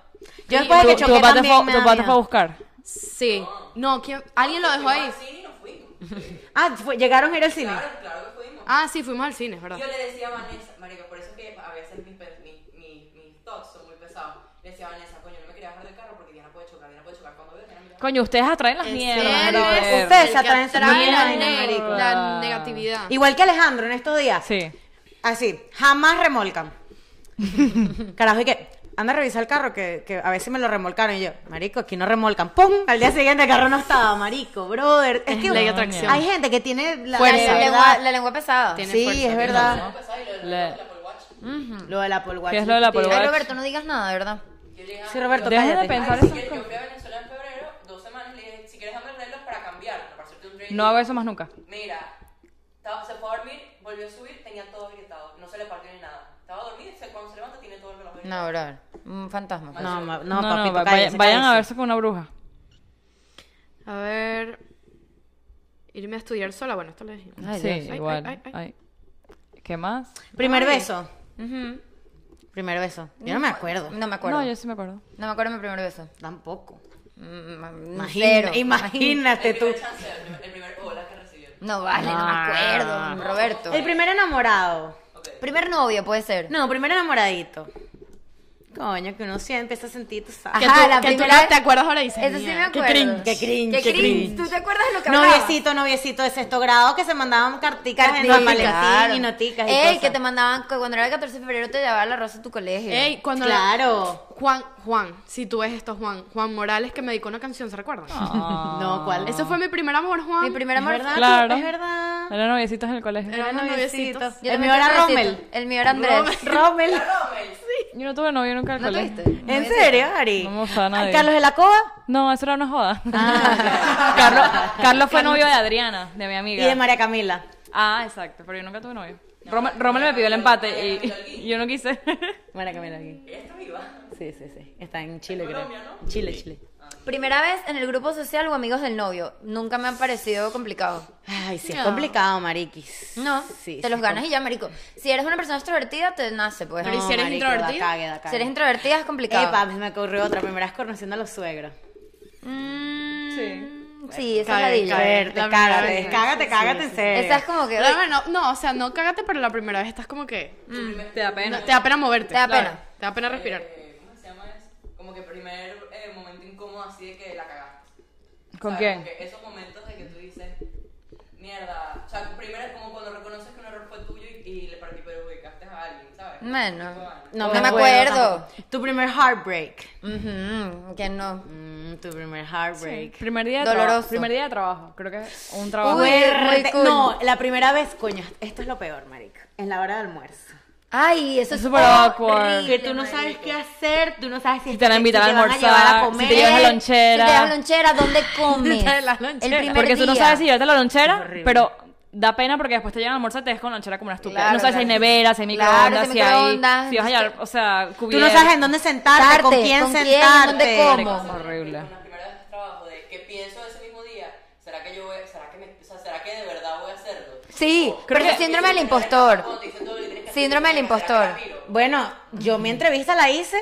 Speaker 1: Yo después de que
Speaker 2: Tu- tu
Speaker 1: choqué
Speaker 2: papá te
Speaker 1: también
Speaker 2: fue-
Speaker 1: me
Speaker 2: tu
Speaker 1: da
Speaker 2: papá te fue a
Speaker 1: miedo.
Speaker 2: buscar.
Speaker 3: Sí. No, ¿quién? alguien lo dejó ahí.
Speaker 8: Sí, nos fuimos.
Speaker 1: Ah, fue- llegaron a ir al cine.
Speaker 8: Claro, claro que fuimos.
Speaker 3: Ah, sí, fuimos al cine, es ¿verdad?
Speaker 8: Yo le decía a Vanessa, marica, por eso es que a veces mis, pe- mis, mis, mis thoughts son muy pesados. Le decía a Vanessa, coño, no me quería bajar del carro porque Diana puede chocar, Diana puede chocar. Cuando veo, Diana mira.
Speaker 2: Coño, ustedes atraen las mierdas.
Speaker 3: serio?
Speaker 2: brother.
Speaker 1: Ustedes se
Speaker 3: El que
Speaker 1: atraen sus
Speaker 3: atrae la,
Speaker 1: mierdas,
Speaker 3: ne-
Speaker 1: marico.
Speaker 3: la negatividad.
Speaker 1: Ah. Igual que Alejandro en estos días.
Speaker 2: Sí.
Speaker 1: Así, jamás
Speaker 2: (laughs)
Speaker 1: remolcan. Carajo, y que anda a revisar el carro que, que a veces me lo remolcaron y yo, marico, aquí no remolcan. ¡Pum! Al día siguiente el carro no estaba, marico, brother. Es que
Speaker 2: ley de atracción.
Speaker 1: hay gente que tiene la,
Speaker 4: La,
Speaker 1: la
Speaker 4: lengua,
Speaker 1: verdad.
Speaker 4: la lengua pesada.
Speaker 3: Tiene
Speaker 1: sí,
Speaker 3: fuerza,
Speaker 1: es
Speaker 3: tiene
Speaker 2: Ah.
Speaker 1: verdad.
Speaker 2: Le-
Speaker 1: Lo del Apple Watch.
Speaker 2: ¿Qué es lo del Apple
Speaker 1: Sí,
Speaker 2: Watch?
Speaker 4: Ay, Roberto, no digas nada, de verdad.
Speaker 1: Sí, Roberto,
Speaker 2: Deja de
Speaker 1: cállate.
Speaker 2: pensar.
Speaker 8: "Ah, Ay,
Speaker 2: ¿Sabes
Speaker 8: si
Speaker 2: esas
Speaker 8: quieres, yo fui a Venezuela en febrero, dos semanas, le dije, si quieres dame el reloj para cambiarlo, para hacerte un trade.
Speaker 2: No hago eso más nunca.
Speaker 8: Mira, estaba- se fue a dormir, volvió a subir, tenía todo gritado, no se le partió ni nada. Estaba dormido y se- cuando se levanta tiene todo el reloj gritado.
Speaker 4: No, brother. Un fantasma. pues.
Speaker 1: No, ma- no,
Speaker 2: No, no,
Speaker 1: papito,
Speaker 2: va-
Speaker 1: cállese,
Speaker 2: vayan, vayan a
Speaker 1: cállese.
Speaker 2: verse con una bruja.
Speaker 3: A ver. Irme a estudiar sola, bueno, esto lo dije.
Speaker 4: Ay,
Speaker 2: sí,
Speaker 4: Dios.
Speaker 3: Ay,
Speaker 2: igual.
Speaker 3: ay, ay,
Speaker 2: Ay. ¿Qué más?
Speaker 1: Primer beso. Primer beso. Yo no me acuerdo.
Speaker 4: No me acuerdo.
Speaker 2: No, yo sí me acuerdo.
Speaker 4: No me acuerdo de mi primer beso.
Speaker 1: Tampoco.
Speaker 4: Mm, mm,
Speaker 1: Imagina-
Speaker 4: Cero.
Speaker 1: imagínate tú.
Speaker 8: El chance, el primer- el primer hola que recibió.
Speaker 4: No vale, no me acuerdo, Roberto.
Speaker 1: El primer enamorado.
Speaker 4: primer novio puede ser.
Speaker 1: No, primer enamoradito. Coño, que uno sí empieza a sentir, tú sabes.
Speaker 4: Ajá,
Speaker 3: tú-
Speaker 4: la
Speaker 3: que tú
Speaker 4: primera
Speaker 3: la-
Speaker 4: vez-
Speaker 3: te acuerdas ahora y dices,
Speaker 4: Eso sí me
Speaker 3: "Mierda".
Speaker 1: Qué
Speaker 4: acuerdo.
Speaker 1: cringe, qué cringe, qué cringe.
Speaker 4: ¿Tú te acuerdas de lo que Ah, hablaba?
Speaker 1: Noviecito, noviecito de sexto grado que se mandaban carticas en
Speaker 4: Carticas,
Speaker 1: el maletín
Speaker 4: claro.
Speaker 1: y noticas y
Speaker 4: Ey,
Speaker 1: cosas.
Speaker 4: que te mandaban, que cuando era el 14 de febrero te llevaba la rosa a tu colegio.
Speaker 3: Ey, cuando la- (laughs)
Speaker 1: Claro.
Speaker 3: Juan, Juan, si tú ves esto, Juan, Juan Morales que me dedicó una canción, ¿se recuerdan?
Speaker 1: No, ¿cuál?
Speaker 3: Eso fue mi primer amor, Juan.
Speaker 4: Ah. Mi primer amor.
Speaker 1: ¿Es verdad?
Speaker 2: Claro.
Speaker 1: Es verdad.
Speaker 2: Eran noviecitos en el colegio.
Speaker 3: Eran
Speaker 1: Eran
Speaker 3: noviecitos.
Speaker 1: noviecitos.
Speaker 4: Yo
Speaker 1: El mío
Speaker 4: también
Speaker 1: era
Speaker 4: tuve besito.
Speaker 1: Rommel.
Speaker 4: El mío era Andrés.
Speaker 1: (laughs)
Speaker 4: (laughs)
Speaker 1: Rommel.
Speaker 2: Yo no tuve novio nunca en el
Speaker 4: ¿No
Speaker 2: colegio.
Speaker 4: tuviste?
Speaker 1: ¿En
Speaker 4: Noviecito.
Speaker 1: serio, Ari?
Speaker 2: No me gustaba nadie.
Speaker 1: ¿Carlos de la Cova?
Speaker 2: No, eso era una joda. (laughs) Carlos, Carlos fue novio de Adriana, de mi
Speaker 1: Y
Speaker 2: amiga.
Speaker 1: de María Camila.
Speaker 2: Ah, exacto, pero yo nunca tuve novio. Rommel Rommel me pidió el empate y, y yo no quise. (laughs)
Speaker 1: María Camila aquí. ¿Ella está viva? Sí, sí, sí. Está en Chile, creo. Chile, Chile.
Speaker 4: Primera vez en el grupo social o amigos del novio. Nunca me ha parecido complicado.
Speaker 1: Ay, sí, es complicado, mariquis.
Speaker 4: No,
Speaker 1: Sí,
Speaker 4: te
Speaker 1: sí,
Speaker 4: los ganas y ya, marico. Si eres una persona extrovertida, te nace, pues.
Speaker 3: Pero ¿y si eres
Speaker 1: marico,
Speaker 3: introvertida?
Speaker 1: da cague, da cague.
Speaker 4: Si eres introvertida, es complicado.
Speaker 1: Epa, se me ocurrió otra. Primera vez conociendo a los suegros.
Speaker 4: Mm, Sí, esa es la
Speaker 3: Cae,
Speaker 4: dilla.
Speaker 1: A ver, te
Speaker 3: la
Speaker 1: cágate,
Speaker 3: primera vez.
Speaker 1: descágate, cágate en serio.
Speaker 4: Esa es como que.
Speaker 3: Pero bueno, no, o sea, no cágate, pero la primera vez estás como que...
Speaker 2: Te da
Speaker 3: no, te da pena moverte.
Speaker 4: Te da
Speaker 3: Claro.
Speaker 4: pena.
Speaker 3: Te da pena respirar.
Speaker 8: Eh, ¿Cómo se llama eso? Como que primer eh, momento incómodo así de que la cagaste.
Speaker 2: ¿Con
Speaker 8: ¿Sabes?
Speaker 2: quién?
Speaker 8: Como que esos momentos de que tú dices, mierda. O sea, primero es como cuando reconoces que un error fue tuyo y, y le par- y perjudicaste a alguien, ¿sabes?
Speaker 4: Bueno,
Speaker 1: No,
Speaker 4: no, me acuerdo.
Speaker 1: tampoco. Tu primer heartbreak.
Speaker 4: Ujú, que no.
Speaker 1: Mm, tu primer heartbreak.
Speaker 2: Primer día de
Speaker 4: Doloroso.
Speaker 2: trabajo. Primer día de trabajo. Creo que es un trabajo.
Speaker 4: Uy.
Speaker 1: Fuerte.
Speaker 4: muy cool.
Speaker 1: No, la primera vez, coño, esto es lo peor, marica. En la hora de almuerzo.
Speaker 4: Ay, eso es
Speaker 2: Súper awkward.
Speaker 1: Que tú no sabes qué hacer, tú no sabes si,
Speaker 2: Si te van a invitar
Speaker 1: si
Speaker 2: a
Speaker 1: te van
Speaker 2: almorzar,
Speaker 1: llevar a
Speaker 2: si
Speaker 1: comer.
Speaker 2: te llevas la lonchera.
Speaker 4: Si te llevas
Speaker 2: (laughs)
Speaker 4: lonchera, ¿dónde comes?
Speaker 3: Te llevas la lonchera.
Speaker 4: El primer
Speaker 2: Porque tú no
Speaker 4: día.
Speaker 2: sabes si llevarte la lonchera,
Speaker 1: horrible.
Speaker 2: pero da pena porque después te llegan a almorzar te dejas con la lonchera como una estúpida.
Speaker 4: Claro,
Speaker 2: no sabes si hay
Speaker 4: claro.
Speaker 2: nevera, si hay
Speaker 4: Claro,
Speaker 2: microondas,
Speaker 4: si
Speaker 2: si
Speaker 4: hay
Speaker 2: hay...
Speaker 4: microondas,
Speaker 2: si vas a
Speaker 4: no sé.
Speaker 2: llevar, o sea,
Speaker 1: este, Tú
Speaker 2: cubierta.
Speaker 1: no sabes en dónde sentarte,
Speaker 4: Sentarte,
Speaker 1: con quién
Speaker 4: con quién,
Speaker 1: sentarte.
Speaker 4: dónde como.
Speaker 2: Es horrible.
Speaker 8: Con la primera vez de trabajo, de qué pienso ese mismo día, ¿será que yo voy, será que, me, o sea, ¿será que de verdad voy a hacerlo?
Speaker 4: Sí, pero
Speaker 8: que-
Speaker 4: es síndrome del impostor.
Speaker 8: Cuando te dicen todo lo que tienes que hacer,
Speaker 4: Síndrome del
Speaker 8: ¿será que
Speaker 4: impostor.
Speaker 8: la piro?
Speaker 1: Bueno, yo mi entrevista la hice,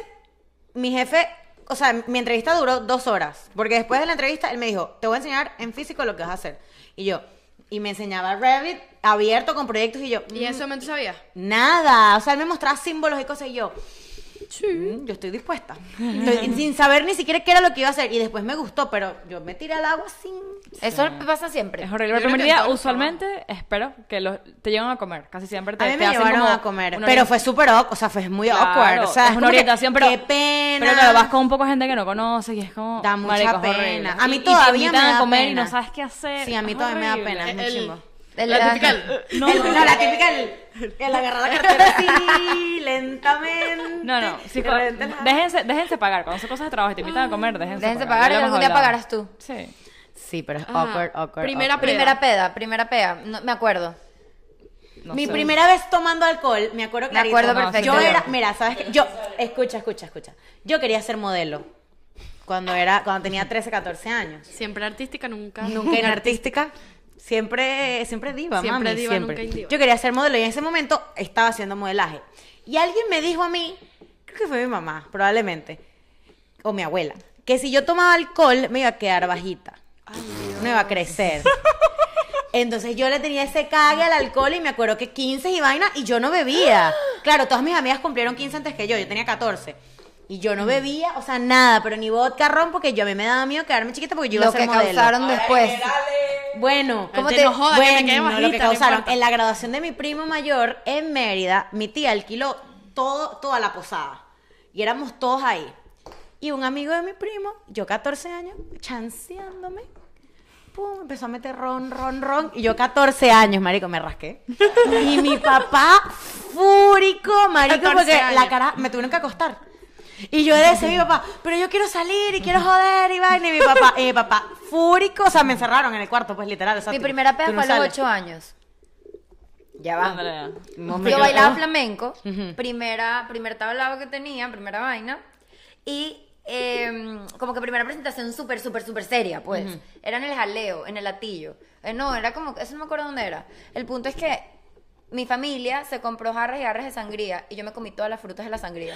Speaker 1: mi jefe, o sea, mi entrevista duró dos horas, porque después de la entrevista él me dijo, te voy a enseñar en físico lo que vas a hacer. Y yo, y me enseñaba Revit abierto con proyectos y yo, "Mm,
Speaker 3: ¿Y en ese momento sabías?
Speaker 1: nada, o sea, él me mostraba símbolos y cosas y yo, Mm, Yo estoy dispuesta. Estoy- (laughs) sin saber ni siquiera qué era lo que iba a hacer. Y después me gustó, pero yo me tiré al agua sin.
Speaker 4: Eso pasa siempre.
Speaker 2: Es horrible. El
Speaker 4: Yo creo
Speaker 2: primer
Speaker 4: que
Speaker 2: día,
Speaker 4: en todos los
Speaker 2: usualmente, espero que los, te llevan a comer. Casi siempre te,
Speaker 1: A mí
Speaker 2: te
Speaker 1: me
Speaker 2: hacen
Speaker 1: llevaron
Speaker 2: como
Speaker 1: a comer,
Speaker 2: una
Speaker 1: pero
Speaker 2: ori-
Speaker 1: fue súper awkward, o sea, fue muy
Speaker 2: Claro,
Speaker 1: awkward, o sea,
Speaker 2: es
Speaker 1: como
Speaker 2: una
Speaker 1: que,
Speaker 2: orientación, pero.
Speaker 1: qué pena.
Speaker 2: Pero claro, vas con un poco de gente que no conoces y es como.
Speaker 1: Da mucha
Speaker 2: marico, es
Speaker 1: pena.
Speaker 2: horrible.
Speaker 1: A mí
Speaker 2: Y- y te
Speaker 1: todavía me
Speaker 2: invitan a
Speaker 1: da
Speaker 2: comer y
Speaker 1: pena.
Speaker 2: no sabes qué hacer.
Speaker 1: Sí, a mí
Speaker 2: Es
Speaker 1: todavía me da
Speaker 2: horrible.
Speaker 1: pena, es muy
Speaker 7: El-
Speaker 1: chimbo.
Speaker 4: El-
Speaker 7: La típica, el-
Speaker 3: (laughs)
Speaker 2: No,
Speaker 1: El- no, la típica, el, el agarrar la cartera (laughs) así, lentamente.
Speaker 2: No,
Speaker 1: (laughs)
Speaker 2: no, sí,
Speaker 1: de
Speaker 2: co-
Speaker 1: repente la-
Speaker 2: déjense, déjense pagar. Cuando son cosas de trabajo y te invitan a comer, déjense,
Speaker 4: Déjense
Speaker 2: pagar.
Speaker 4: pagar y
Speaker 2: Ya lo hemos
Speaker 4: algún día
Speaker 2: hablado.
Speaker 4: pagarás tú.
Speaker 2: Sí.
Speaker 1: Sí, pero es
Speaker 7: Ajá.
Speaker 1: awkward, awkward.
Speaker 7: Primera
Speaker 1: awkward.
Speaker 4: Primera peda, primera peda. No, me acuerdo.
Speaker 2: No
Speaker 1: Mi
Speaker 2: sé.
Speaker 1: primera vez tomando alcohol, me acuerdo
Speaker 4: Me
Speaker 1: clarito.
Speaker 4: acuerdo
Speaker 2: perfecto.
Speaker 1: Yo era, mira, ¿sabes qué? Yo, escucha, escucha, escucha. Yo quería ser modelo cuando era, cuando tenía 13, 14 años.
Speaker 7: Siempre artística, nunca. (laughs)
Speaker 1: Nunca en artística. Siempre, siempre diva,
Speaker 7: Siempre
Speaker 1: mami,
Speaker 7: diva,
Speaker 1: siempre.
Speaker 7: nunca en diva.
Speaker 1: Yo quería ser modelo y en ese momento estaba haciendo modelaje. Y alguien me dijo a mí, creo que fue mi mamá, probablemente, o mi abuela, que si yo tomaba alcohol me iba a quedar bajita. no iba a crecer.
Speaker 7: (laughs)
Speaker 1: Entonces yo le tenía ese cague al alcohol y me acuerdo que 15 y vaina y yo no bebía. Claro, todas mis amigas cumplieron 15 antes que yo, yo tenía 14. Y yo
Speaker 7: Mm.
Speaker 1: no bebía, o sea, nada, pero ni vodka ron porque yo a mí me daba miedo quedarme chiquita porque yo iba
Speaker 4: Lo
Speaker 1: a ser
Speaker 4: que
Speaker 1: modelo.
Speaker 4: causaron después.
Speaker 1: Bueno,
Speaker 7: ¿Cómo
Speaker 1: te-
Speaker 7: te no jodas, que me quede
Speaker 1: bueno,
Speaker 7: bajita,
Speaker 1: lo que
Speaker 7: no
Speaker 1: causaron.
Speaker 7: importa.
Speaker 1: en la graduación de mi primo mayor en Mérida, mi tía alquiló todo, toda la posada. Y éramos todos ahí. Y un amigo de mi primo, yo 14 años, chanceándome. Pum, empezó a meter ron, ron, ron. Y yo 14 años, marico,
Speaker 7: (laughs)
Speaker 1: me rasqué. Y mi papá, fúrico, marico,
Speaker 7: 14
Speaker 1: porque
Speaker 7: años.
Speaker 1: la cara me tuvieron que acostar. Y yo le decía a mi papá, pero yo quiero salir y quiero joder y vaina. Y mi papá, y mi papá, fúrico, o sea, me encerraron en el cuarto, pues literal. o sea,
Speaker 4: Mi
Speaker 1: tú-
Speaker 4: primera
Speaker 1: tú
Speaker 4: peda
Speaker 1: no
Speaker 4: fue a los
Speaker 1: sales.
Speaker 4: 8 años.
Speaker 1: Ya
Speaker 2: Ándale, ya.
Speaker 1: va.
Speaker 4: Yo bailaba flamenco, primera, primer tablado que tenía, primera vaina, y em, como que primera presentación súper, súper, súper seria, pues. Era en el jaleo, en el latillo. Eh, no, era como, eso no me acuerdo dónde era. El punto es que mi familia se compró jarras y jarras de sangría, y yo me comí todas las frutas de la sangría.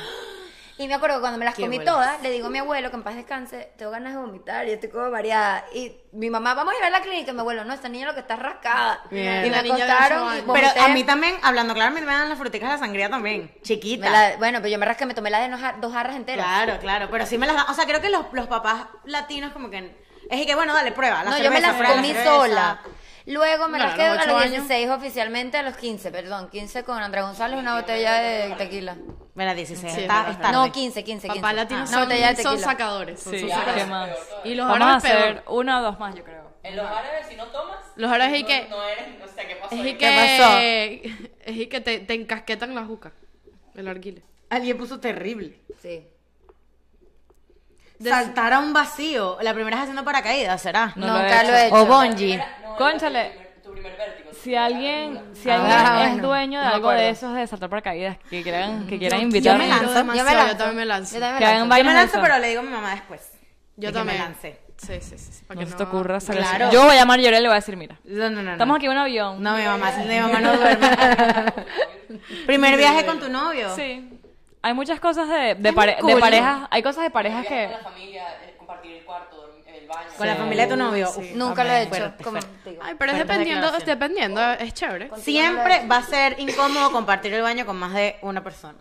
Speaker 4: Y me acuerdo que cuando me las comí
Speaker 1: bolas.
Speaker 4: todas, le digo a mi abuelo que en paz descanse, tengo ganas de vomitar y estoy como variada. Y mi mamá, vamos a ir a la clínica. Y mi abuelo, no, esta niña lo que está es rascada.
Speaker 1: Mierda.
Speaker 4: Y me
Speaker 7: La niña de ocho
Speaker 4: acostaron y
Speaker 7: años.
Speaker 1: Pero a
Speaker 4: vomité.
Speaker 1: mí también, hablando claro, me dan las fruticas de la sangría también.
Speaker 4: Me
Speaker 1: Chiquita.
Speaker 4: la- bueno, pero yo me rasqué, me tomé las de no jar- dos jarras enteras.
Speaker 1: Claro, claro. Pero sí me las dan. O sea, creo que los, los papás latinos, como que. Es que, bueno, dale, prueba. la
Speaker 4: no, yo me
Speaker 1: cerveza,
Speaker 4: las
Speaker 1: prueba la
Speaker 4: comí
Speaker 1: cerveza.
Speaker 4: sola. Luego me
Speaker 7: No,
Speaker 4: las
Speaker 7: a
Speaker 4: quedé
Speaker 7: los
Speaker 4: a
Speaker 7: ocho
Speaker 4: los
Speaker 7: años.
Speaker 4: 16 oficialmente, a los 15, perdón. 15 con Andrés González, una botella de tequila.
Speaker 1: Mira, 16.
Speaker 7: Sí,
Speaker 1: está,
Speaker 7: es
Speaker 1: es tarde.
Speaker 4: No, 15, 15, 15.
Speaker 7: Papá latino
Speaker 4: Ah, una
Speaker 7: son,
Speaker 4: botella de
Speaker 7: son
Speaker 4: tequila.
Speaker 7: sacadores. son-
Speaker 2: Sí,
Speaker 7: son
Speaker 2: ¿qué
Speaker 7: sacadores.
Speaker 2: más?
Speaker 7: Y los
Speaker 2: Vamos a
Speaker 7: árabes peor.
Speaker 2: hacer una o dos más, yo creo.
Speaker 8: En los árabes, si no tomas,
Speaker 7: Los árabes y
Speaker 8: no-
Speaker 7: que-
Speaker 8: No eres, o sea, ¿qué pasó?
Speaker 7: Es
Speaker 8: ahí?
Speaker 7: y
Speaker 1: ¿Qué
Speaker 7: que, (laughs) es y que te, te encasquetan la juca, el arguile.
Speaker 1: Alguien puso terrible.
Speaker 4: Sí.
Speaker 1: Saltar a un vacío. La primera es haciendo paracaídas, ¿será?
Speaker 2: No lo he
Speaker 4: Nunca lo he hecho.
Speaker 1: O bungee.
Speaker 8: No, es
Speaker 2: Cónchale.
Speaker 8: Tu primer, tu primer vértigo.
Speaker 2: Si alguien, si
Speaker 4: Ah,
Speaker 2: alguien
Speaker 4: bueno.
Speaker 2: es dueño de
Speaker 7: No me
Speaker 2: algo de
Speaker 7: acuerdo.
Speaker 2: esos de saltar paracaídas que quieran, que quieran invitarme,
Speaker 1: me lanzo.
Speaker 7: Yo,
Speaker 1: Yo
Speaker 4: Yo
Speaker 7: demasiado,
Speaker 4: me
Speaker 7: yo,
Speaker 4: lanzo.
Speaker 7: también me lanzo.
Speaker 4: Yo también
Speaker 2: que
Speaker 4: me
Speaker 2: hagan
Speaker 4: lanzo.
Speaker 1: Yo
Speaker 2: vainas
Speaker 1: me
Speaker 2: de
Speaker 1: lanzo,
Speaker 2: esas.
Speaker 1: pero le digo a mi mamá después.
Speaker 7: Yo
Speaker 1: De que
Speaker 7: también.
Speaker 1: me lancé.
Speaker 7: Sí, sí, sí. sí, para
Speaker 2: No
Speaker 7: que
Speaker 2: se te ocurra sacar
Speaker 1: Claro.
Speaker 2: eso. Yo voy a llamar a Llorel y le voy a decir, mira,
Speaker 1: No, no, no. no.
Speaker 2: estamos aquí en un avión.
Speaker 1: No, mi mamá, mi mamá no
Speaker 2: (laughs)
Speaker 1: duerme. Primer viaje con tu novio.
Speaker 2: Sí. Hay muchas cosas de,
Speaker 1: muy
Speaker 2: de, pare- de
Speaker 1: cool.
Speaker 2: parejas, hay cosas de parejas
Speaker 8: Viajar
Speaker 2: que...
Speaker 8: Con la familia, eh, compartir el cuarto, dormir- el baño.
Speaker 1: Con la
Speaker 2: Sí.
Speaker 1: familia de tu novio. Uf,
Speaker 4: Nunca lo
Speaker 1: amén.
Speaker 4: he hecho.
Speaker 1: Fuerte,
Speaker 4: como
Speaker 1: fuerte.
Speaker 4: digo.
Speaker 7: Ay, pero es
Speaker 1: Fuertes
Speaker 7: dependiendo, es
Speaker 1: declaraciones.
Speaker 7: dependiendo, es chévere.
Speaker 1: Siempre va a ser incómodo compartir el baño con más de una persona.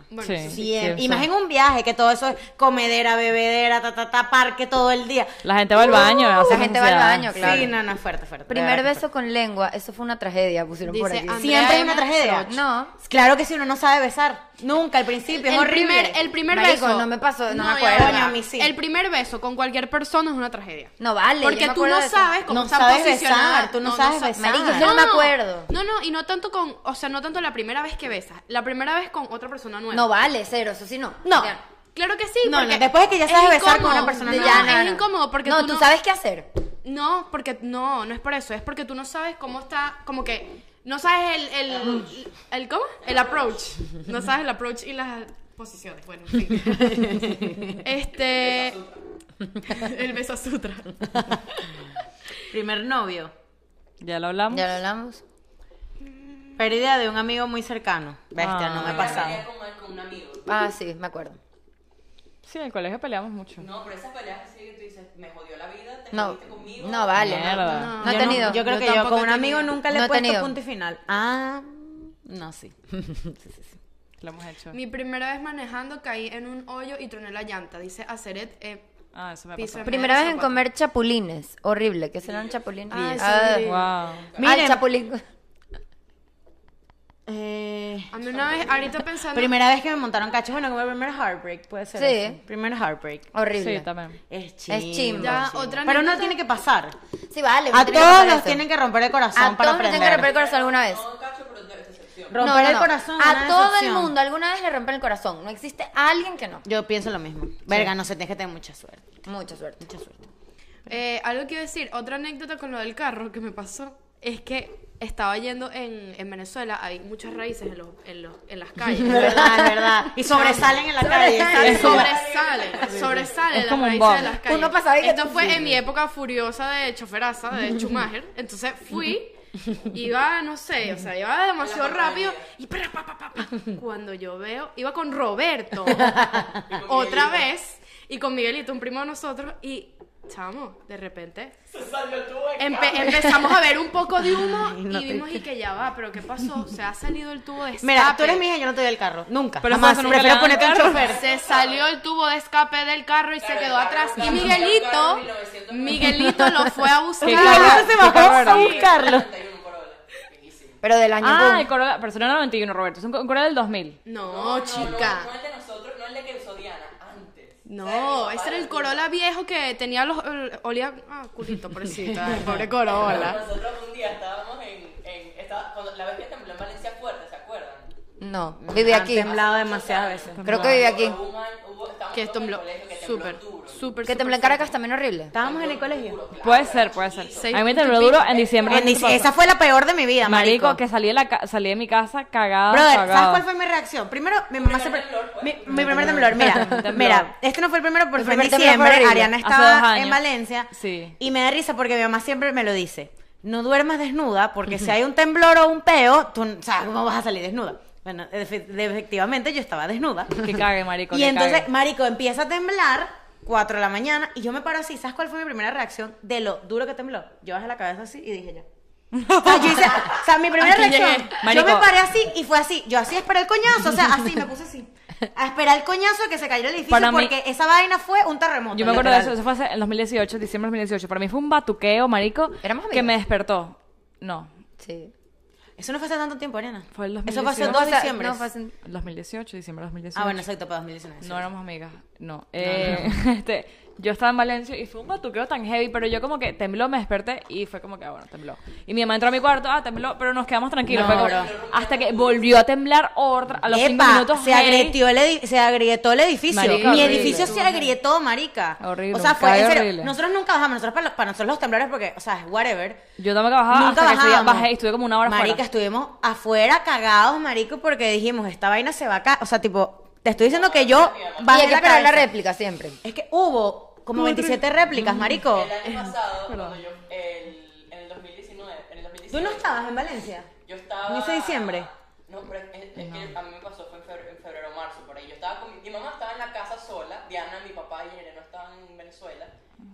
Speaker 1: Siempre.
Speaker 2: sí, sí,
Speaker 1: Y más
Speaker 2: sí.
Speaker 1: en un viaje que todo eso es comedera, bebedera, ta, ta, ta, parque todo el día.
Speaker 2: La gente va al baño. hace
Speaker 4: La gente va al
Speaker 2: necesidades.
Speaker 4: baño, claro.
Speaker 1: Sí, no, no, fuerte, fuerte.
Speaker 4: Primer
Speaker 1: de verdad que
Speaker 4: beso con lengua, eso fue una tragedia, pusieron por
Speaker 7: Dice
Speaker 4: aquí.
Speaker 7: Andrea
Speaker 1: Siempre es una
Speaker 7: Emma
Speaker 1: tragedia.
Speaker 7: Sroch.
Speaker 4: No.
Speaker 1: Claro que si uno no sabe besar, nunca al principio, es
Speaker 7: el
Speaker 1: horrible.
Speaker 7: primer, el primer
Speaker 4: Marico,
Speaker 7: beso.
Speaker 4: no me pasó, no me
Speaker 7: ya
Speaker 4: acuerdo.
Speaker 7: va.
Speaker 1: Coño, a mí sí.
Speaker 7: El primer beso con cualquier persona es una tragedia.
Speaker 4: No vale. yo
Speaker 7: Porque
Speaker 4: me
Speaker 7: tú
Speaker 4: acuerdo
Speaker 7: no
Speaker 4: de eso.
Speaker 7: sabes cómo
Speaker 1: No
Speaker 7: están
Speaker 1: sabes
Speaker 7: posicionadas.
Speaker 1: besar, tú no sabes
Speaker 7: sa-
Speaker 1: besar.
Speaker 4: Marico, yo no me acuerdo.
Speaker 7: No, no, y no tanto con, o sea, no tanto la primera vez que besas, la primera vez con otra persona nueva.
Speaker 4: No vale, cero, eso sí no.
Speaker 1: No.
Speaker 4: Ya.
Speaker 7: Claro que sí,
Speaker 1: No,
Speaker 7: porque
Speaker 1: no, después de que ya
Speaker 7: es
Speaker 1: sabes besar con
Speaker 7: incómodo.
Speaker 1: una persona
Speaker 7: Ya,
Speaker 1: nueva.
Speaker 7: no, es incómodo porque
Speaker 4: no,
Speaker 7: tú
Speaker 4: tú
Speaker 7: no-
Speaker 4: sabes qué hacer.
Speaker 7: No, porque no, no es por eso, es porque tú no sabes cómo está, como que no sabes el el, el, cómo? El approach. No sabes el approach y las posiciones. Bueno, en
Speaker 1: (laughs)
Speaker 7: fin. Este el beso sutra.
Speaker 1: Primer novio.
Speaker 2: Ya lo hablamos.
Speaker 4: Ya lo hablamos.
Speaker 1: Pérdida de un amigo muy cercano. Bestia,
Speaker 2: Ah.
Speaker 1: no me ha
Speaker 8: Una pelea
Speaker 1: pasado.
Speaker 8: Con, con un amigo.
Speaker 4: Ah, sí, me acuerdo.
Speaker 2: Sí, en el colegio peleamos mucho.
Speaker 8: No, pero esas peleas así que tú dices, me jodió la vida, te
Speaker 4: No,
Speaker 8: jodiste conmigo. (laughs)
Speaker 4: no vale. No,
Speaker 2: Mierda.
Speaker 4: no
Speaker 1: Yo
Speaker 4: he tenido.
Speaker 1: yo creo
Speaker 7: Yo
Speaker 1: que yo
Speaker 7: tampoco
Speaker 1: con
Speaker 7: he
Speaker 1: un amigo
Speaker 7: tenido.
Speaker 1: nunca le
Speaker 4: No
Speaker 1: he
Speaker 4: he
Speaker 1: puesto
Speaker 4: tenido.
Speaker 1: punto y final. Ah, no, sí. Sí, sí, sí.
Speaker 2: Lo hemos hecho.
Speaker 3: Mi primera vez manejando caí en un hoyo y troné la llanta. Dice Aceret. Eh,
Speaker 2: Ah, eso me
Speaker 3: Piso
Speaker 2: pasó.
Speaker 3: de-
Speaker 4: Primera vez en
Speaker 3: Zapato.
Speaker 4: comer chapulines. Horrible. ¿Qué serán chapulines?
Speaker 3: Ah, eso
Speaker 4: Ah,
Speaker 3: es horrible.
Speaker 2: Wow.
Speaker 4: ah, el
Speaker 1: Miren.
Speaker 4: chapulín. (laughs)
Speaker 1: Eh,
Speaker 3: a mí una vez, ahorita pensando.
Speaker 1: primera vez que me montaron cachos, bueno, como el primer heartbreak, puede ser.
Speaker 4: Sí.
Speaker 1: eso. Primer heartbreak.
Speaker 4: Horrible.
Speaker 2: Sí, también.
Speaker 1: Es chimba.
Speaker 4: chimba.
Speaker 3: Ya,
Speaker 1: chimba.
Speaker 3: otra
Speaker 1: Pero uno
Speaker 3: anécdota.
Speaker 1: tiene que pasar.
Speaker 4: Sí, vale. uno
Speaker 1: A
Speaker 4: tiene que
Speaker 1: todos
Speaker 4: pasar
Speaker 1: nos
Speaker 4: eso.
Speaker 1: tienen que romper el corazón para
Speaker 4: A todos nos
Speaker 1: aprender.
Speaker 4: tienen que romper el corazón alguna vez.
Speaker 8: No cacho, pero de excepción.
Speaker 1: Romper
Speaker 4: No, no,
Speaker 1: el
Speaker 4: no.
Speaker 1: corazón. una
Speaker 4: A todo el
Speaker 1: decepción.
Speaker 4: mundo alguna vez le rompen el corazón. No existe alguien que no.
Speaker 1: Yo pienso lo mismo. Verga, no sé, tienes que tener mucha suerte.
Speaker 4: Mucha suerte. Mucha suerte.
Speaker 3: Eh, algo que iba a decir, otra anécdota con lo del carro que me pasó es que estaba yendo en, en Venezuela, hay muchas raíces en, los, en, los, en las
Speaker 4: (laughs)
Speaker 3: calles.
Speaker 1: Es verdad, es verdad. Y sobresalen en la calle.
Speaker 4: Sobresalen.
Speaker 1: ¿sabes?
Speaker 3: sobresale, sobresale
Speaker 2: Es
Speaker 3: las
Speaker 2: como un
Speaker 3: raíces
Speaker 2: bug.
Speaker 3: de las calles.
Speaker 4: Uno pasaba y que-
Speaker 3: Esto fue en mi época furiosa de choferaza,
Speaker 4: (laughs)
Speaker 3: de Schumacher. Entonces fui, iba, no sé, o sea, iba demasiado rápido y pra, pa, pa, pa, pa. Cuando yo veo, iba con
Speaker 4: (laughs)
Speaker 3: Roberto otra vez y con Miguelito, un primo de nosotros, y chamo, de repente empe- empezamos a ver un poco de humo
Speaker 1: Ay, no
Speaker 3: y
Speaker 1: te-
Speaker 3: vimos y que ya va, pero ¿qué pasó? Se ha salido el tubo de escape.
Speaker 1: (laughs) Mira, tú eres mi hija, yo no te doy el carro. Nunca.
Speaker 2: Pero
Speaker 1: jamás.
Speaker 2: eso nunca
Speaker 1: Prefiero
Speaker 2: le dan
Speaker 1: ponerte un
Speaker 2: carro.
Speaker 1: chofer.
Speaker 3: Se salió el tubo de escape del carro y se
Speaker 8: Claro,
Speaker 3: quedó
Speaker 8: claro,
Speaker 3: atrás. Y
Speaker 8: claro, claro,
Speaker 3: Miguelito,
Speaker 8: 1900.
Speaker 3: Miguelito lo fue a
Speaker 1: Y
Speaker 2: ¿Qué
Speaker 1: Carlos
Speaker 2: carro?
Speaker 3: buscar.
Speaker 1: se
Speaker 2: ¿Qué
Speaker 1: bajó
Speaker 2: carro
Speaker 1: a
Speaker 2: era?
Speaker 1: buscarlo.
Speaker 8: 31 por hora. Bellísimo.
Speaker 4: Pero del año
Speaker 2: Ah,
Speaker 4: boom.
Speaker 2: el Corolla, pero eso no era 91, Roberto, es un Corolla del 2000.
Speaker 3: No,
Speaker 8: No, no
Speaker 3: chica.
Speaker 8: el de nosotros, no el de que usó Diana, antes.
Speaker 3: No, ese era el Corolla viejo que tenía los. el- Olía. Ah, culito, pobrecita.
Speaker 1: (laughs)
Speaker 3: el Pobre Corolla.
Speaker 8: Nosotros un día estábamos en, en estaba, cuando, la vez que tembló en Valencia fuerte, ¿se acuerdan?
Speaker 4: No, viví
Speaker 1: Han
Speaker 4: aquí.
Speaker 1: temblado demasiadas veces.
Speaker 4: Creo que viví aquí.
Speaker 8: Hubo un año- hubo- estábamos
Speaker 3: Que
Speaker 8: todos en el
Speaker 3: tembló.
Speaker 8: colegio que tembló
Speaker 3: Súper,
Speaker 8: duro.
Speaker 3: súper.
Speaker 4: Que temblé
Speaker 3: súper
Speaker 4: en Caracas también horrible.
Speaker 1: Estábamos en el colegio.
Speaker 2: Puede ser, puede ser.
Speaker 3: Seis
Speaker 2: A mí me
Speaker 3: punto y
Speaker 2: tembló
Speaker 3: pico.
Speaker 2: duro en diciembre.
Speaker 1: En dic- esa fue la peor de mi vida, marico.
Speaker 2: Marico, que salí de, la ca- salí de mi casa cagada.
Speaker 1: Brother, ¿sabes
Speaker 2: cagada.
Speaker 1: cuál fue mi reacción? Primero, mi mamá se. pre-
Speaker 8: temblor fue.
Speaker 1: Mi, mi primer temblor, mira,
Speaker 2: (laughs) Temblor.
Speaker 1: mira, este no fue el primero porque
Speaker 4: El
Speaker 1: fue en
Speaker 4: primer temblor fue
Speaker 1: diciembre,
Speaker 4: horrible.
Speaker 1: Ariana
Speaker 2: Hace dos
Speaker 1: estaba
Speaker 2: años.
Speaker 1: en Valencia
Speaker 2: Sí.
Speaker 1: y me da risa porque mi mamá siempre me lo dice, no duermas desnuda porque si hay un temblor o un peo, tú, o sea, ¿cómo vas a salir desnuda? Bueno, efe- efectivamente yo estaba desnuda.
Speaker 2: Que cague, marico.
Speaker 1: Y
Speaker 2: que
Speaker 1: entonces,
Speaker 2: cague.
Speaker 1: marico, empieza a temblar 4 de la mañana y yo me paro así. ¿Sabes cuál fue mi primera reacción de lo duro que tembló? Yo bajé la cabeza así y
Speaker 2: (laughs)
Speaker 1: dije ya. O sea, yo hice- o sea, mi primera
Speaker 2: Aquí
Speaker 1: reacción,
Speaker 2: llegué. Marico.
Speaker 1: yo me paré así y fue así. Yo así esperé el coñazo, o sea, así me puse así. A esperar el coñazo de que se cayera el edificio
Speaker 2: Para mí-
Speaker 1: porque esa vaina fue un terremoto.
Speaker 2: Yo me acuerdo de eso,
Speaker 1: literal.
Speaker 2: eso fue hace- en 2018, diciembre de 2018. Para mí fue un batuqueo, marico,
Speaker 4: ¿Éramos amigos?
Speaker 2: que me despertó. No,
Speaker 4: Sí.
Speaker 1: Eso no fue hace tanto tiempo, Ariana.
Speaker 2: Fue el
Speaker 1: Eso fue hace
Speaker 2: 2019.
Speaker 1: dos
Speaker 4: O sea,
Speaker 1: diciembre.
Speaker 4: no, fue hace-
Speaker 2: 2018, diciembre de 2018.
Speaker 1: Ah, bueno, exacto, para 2019.
Speaker 2: No éramos amigas, no. (laughs) Eh, este, yo estaba en Valencia y fue un batuqueo tan heavy, pero yo como que tembló, me desperté y fue como que, ah, bueno, tembló. Y mi mamá entró a mi cuarto, ah, tembló, pero nos quedamos tranquilos.
Speaker 1: No,
Speaker 2: fue como-
Speaker 1: bro.
Speaker 2: hasta que volvió a temblar otra, a los cinco
Speaker 1: Epa,
Speaker 2: minutos.
Speaker 1: se,
Speaker 2: heavy.
Speaker 1: agrietó el edi- se agrietó el edificio.
Speaker 2: Marica,
Speaker 1: Mi
Speaker 2: horrible.
Speaker 1: edificio se agrietó, marica.
Speaker 2: Horrible,
Speaker 1: O sea, fue
Speaker 2: cae
Speaker 1: en serio.
Speaker 2: horrible.
Speaker 1: Nosotros nunca bajamos. Nosotros para, los- para nosotros los temblores, porque, o sea, whatever.
Speaker 2: Yo tampoco bajaba
Speaker 1: nunca
Speaker 2: hasta que ese día
Speaker 1: bajábamos.
Speaker 2: bajé y estuve como una hora
Speaker 1: Marica,
Speaker 2: fuera.
Speaker 1: estuvimos afuera cagados, marico, porque dijimos, esta vaina se va a caer. O sea, tipo, te estoy diciendo que yo
Speaker 4: Y
Speaker 1: bajé
Speaker 4: hay que
Speaker 1: la
Speaker 4: esperar la
Speaker 1: cabeza.
Speaker 4: réplica siempre.
Speaker 1: Es que hubo como 27 réplicas, marico.
Speaker 8: El año pasado, cuando yo, el, en el 2019, en el 2019,
Speaker 1: ¿Tú no estabas en Valencia?
Speaker 8: Yo estaba...
Speaker 1: ¿No hice diciembre?
Speaker 8: No, pero es, es que a mí me pasó, fue en febrero, en febrero o marzo, por ahí. Yo estaba con mi, mi mamá estaba en la casa sola, Diana, mi papá y Elena estaban en Venezuela.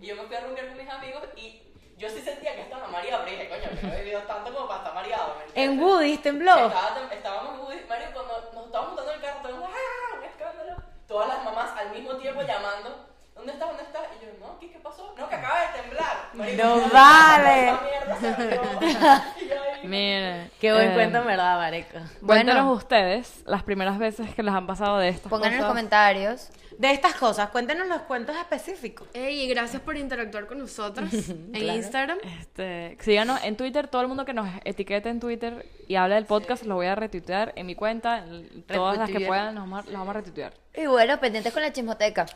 Speaker 8: Y yo me fui a reunir con mis amigos y yo sí sentía que estaba mareado, pero dije, coño, yo no he vivido tanto como para estar mareado. ¿me entiendes?
Speaker 1: En Woody tembló.
Speaker 8: Estaba tem- estábamos muy, Mario, cuando nos estábamos montando en el carro, estábamos, ¡ah! ¡Un escándalo! Todas las mamás al mismo tiempo llamando, ¿dónde estás? ¿Dónde estás? Y yo, no, ¿qué, qué pasó? No, que acaba de temblar. Mario,
Speaker 1: No
Speaker 8: "Esa
Speaker 1: vale".
Speaker 8: mierda se abrió. (laughs) Y yo
Speaker 2: (laughs)
Speaker 8: ahí,
Speaker 2: Miren,
Speaker 1: Qué buen
Speaker 2: eh,
Speaker 1: cuento, en verdad, marico.
Speaker 2: Cuéntenos ustedes las primeras veces que les han pasado de estas
Speaker 4: Pongan en los
Speaker 2: cosas.
Speaker 4: comentarios.
Speaker 1: De estas cosas, cuéntenos los cuentos específicos.
Speaker 3: Ey, gracias por interactuar con nosotros
Speaker 1: (laughs)
Speaker 3: en Instagram.
Speaker 2: Este, síganos en Twitter, todo el mundo que nos etiquete en Twitter y hable del podcast, lo voy a retuitear en mi cuenta, en todas las que
Speaker 3: Retuitear.
Speaker 2: puedan, nos vamos a- las vamos a retuitear.
Speaker 4: Y bueno, pendientes con la chismoteca.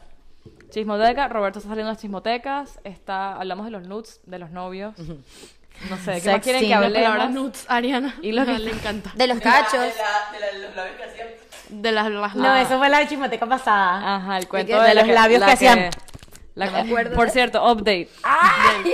Speaker 2: Chismoteca, Roberto está saliendo de las chismotecas, está, hablamos de los nudes, de los novios, no sé, ¿qué más quieren que
Speaker 3: La palabra
Speaker 2: hablemos?
Speaker 3: nudes, Ariana.
Speaker 2: Y lo que-
Speaker 3: le encanta.
Speaker 4: De los cachos.
Speaker 8: De, la, de, la, de los labios que hacían.
Speaker 3: De las, las
Speaker 1: No, eh, eso fue la chismoteca pasada.
Speaker 2: Ajá, el cuento
Speaker 1: que-
Speaker 2: de,
Speaker 1: de
Speaker 2: la
Speaker 1: los labios
Speaker 2: la
Speaker 1: que hacían.
Speaker 2: la- por cierto, update,
Speaker 4: ¡Ay!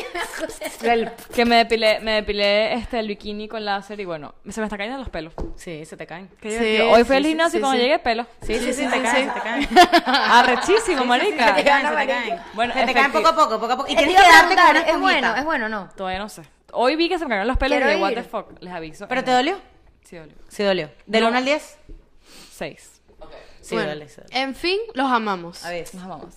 Speaker 1: El-
Speaker 2: que me depilé, me depilé este, el bikini con láser y bueno, se me están cayendo los pelos.
Speaker 1: Sí, se te caen.
Speaker 2: Qué
Speaker 3: Sí,
Speaker 2: divertido. Hoy fue
Speaker 3: sí,
Speaker 2: el
Speaker 3: sí,
Speaker 2: gimnasio
Speaker 3: sí,
Speaker 2: y cuando
Speaker 3: sí.
Speaker 2: llegué, pelos.
Speaker 1: Sí, sí, sí,
Speaker 3: sí,
Speaker 1: te caen,
Speaker 3: sí.
Speaker 1: se te caen. (laughs)
Speaker 2: (laughs) Arrechísimo, marica.
Speaker 1: Se te caen, se te
Speaker 4: marica.
Speaker 1: caen.
Speaker 2: Bueno,
Speaker 1: se te caen
Speaker 2: efecti-
Speaker 1: poco a poco, poco a poco. Y
Speaker 4: Te
Speaker 1: tienes
Speaker 4: iba
Speaker 1: que
Speaker 4: a
Speaker 1: darte
Speaker 4: preguntar,
Speaker 1: con una
Speaker 4: ¿Es bueno?
Speaker 1: espumita.
Speaker 4: ¿Es bueno o no?
Speaker 2: Todavía no sé. Hoy vi que se me cayeron los pelos
Speaker 4: Quiero
Speaker 2: y dije, what
Speaker 4: ir.
Speaker 2: the fuck, les aviso.
Speaker 1: ¿Pero
Speaker 2: Es
Speaker 1: te
Speaker 2: nada.
Speaker 1: dolió?
Speaker 2: Sí, dolió.
Speaker 1: Sí dolió. ¿Del
Speaker 2: No.
Speaker 1: 1 al 10?
Speaker 2: Seis.
Speaker 9: Ok.
Speaker 3: Sí,
Speaker 1: Bueno,
Speaker 3: vale, sí, vale.
Speaker 1: En fin, los amamos.
Speaker 3: A ver.
Speaker 2: Nos amamos.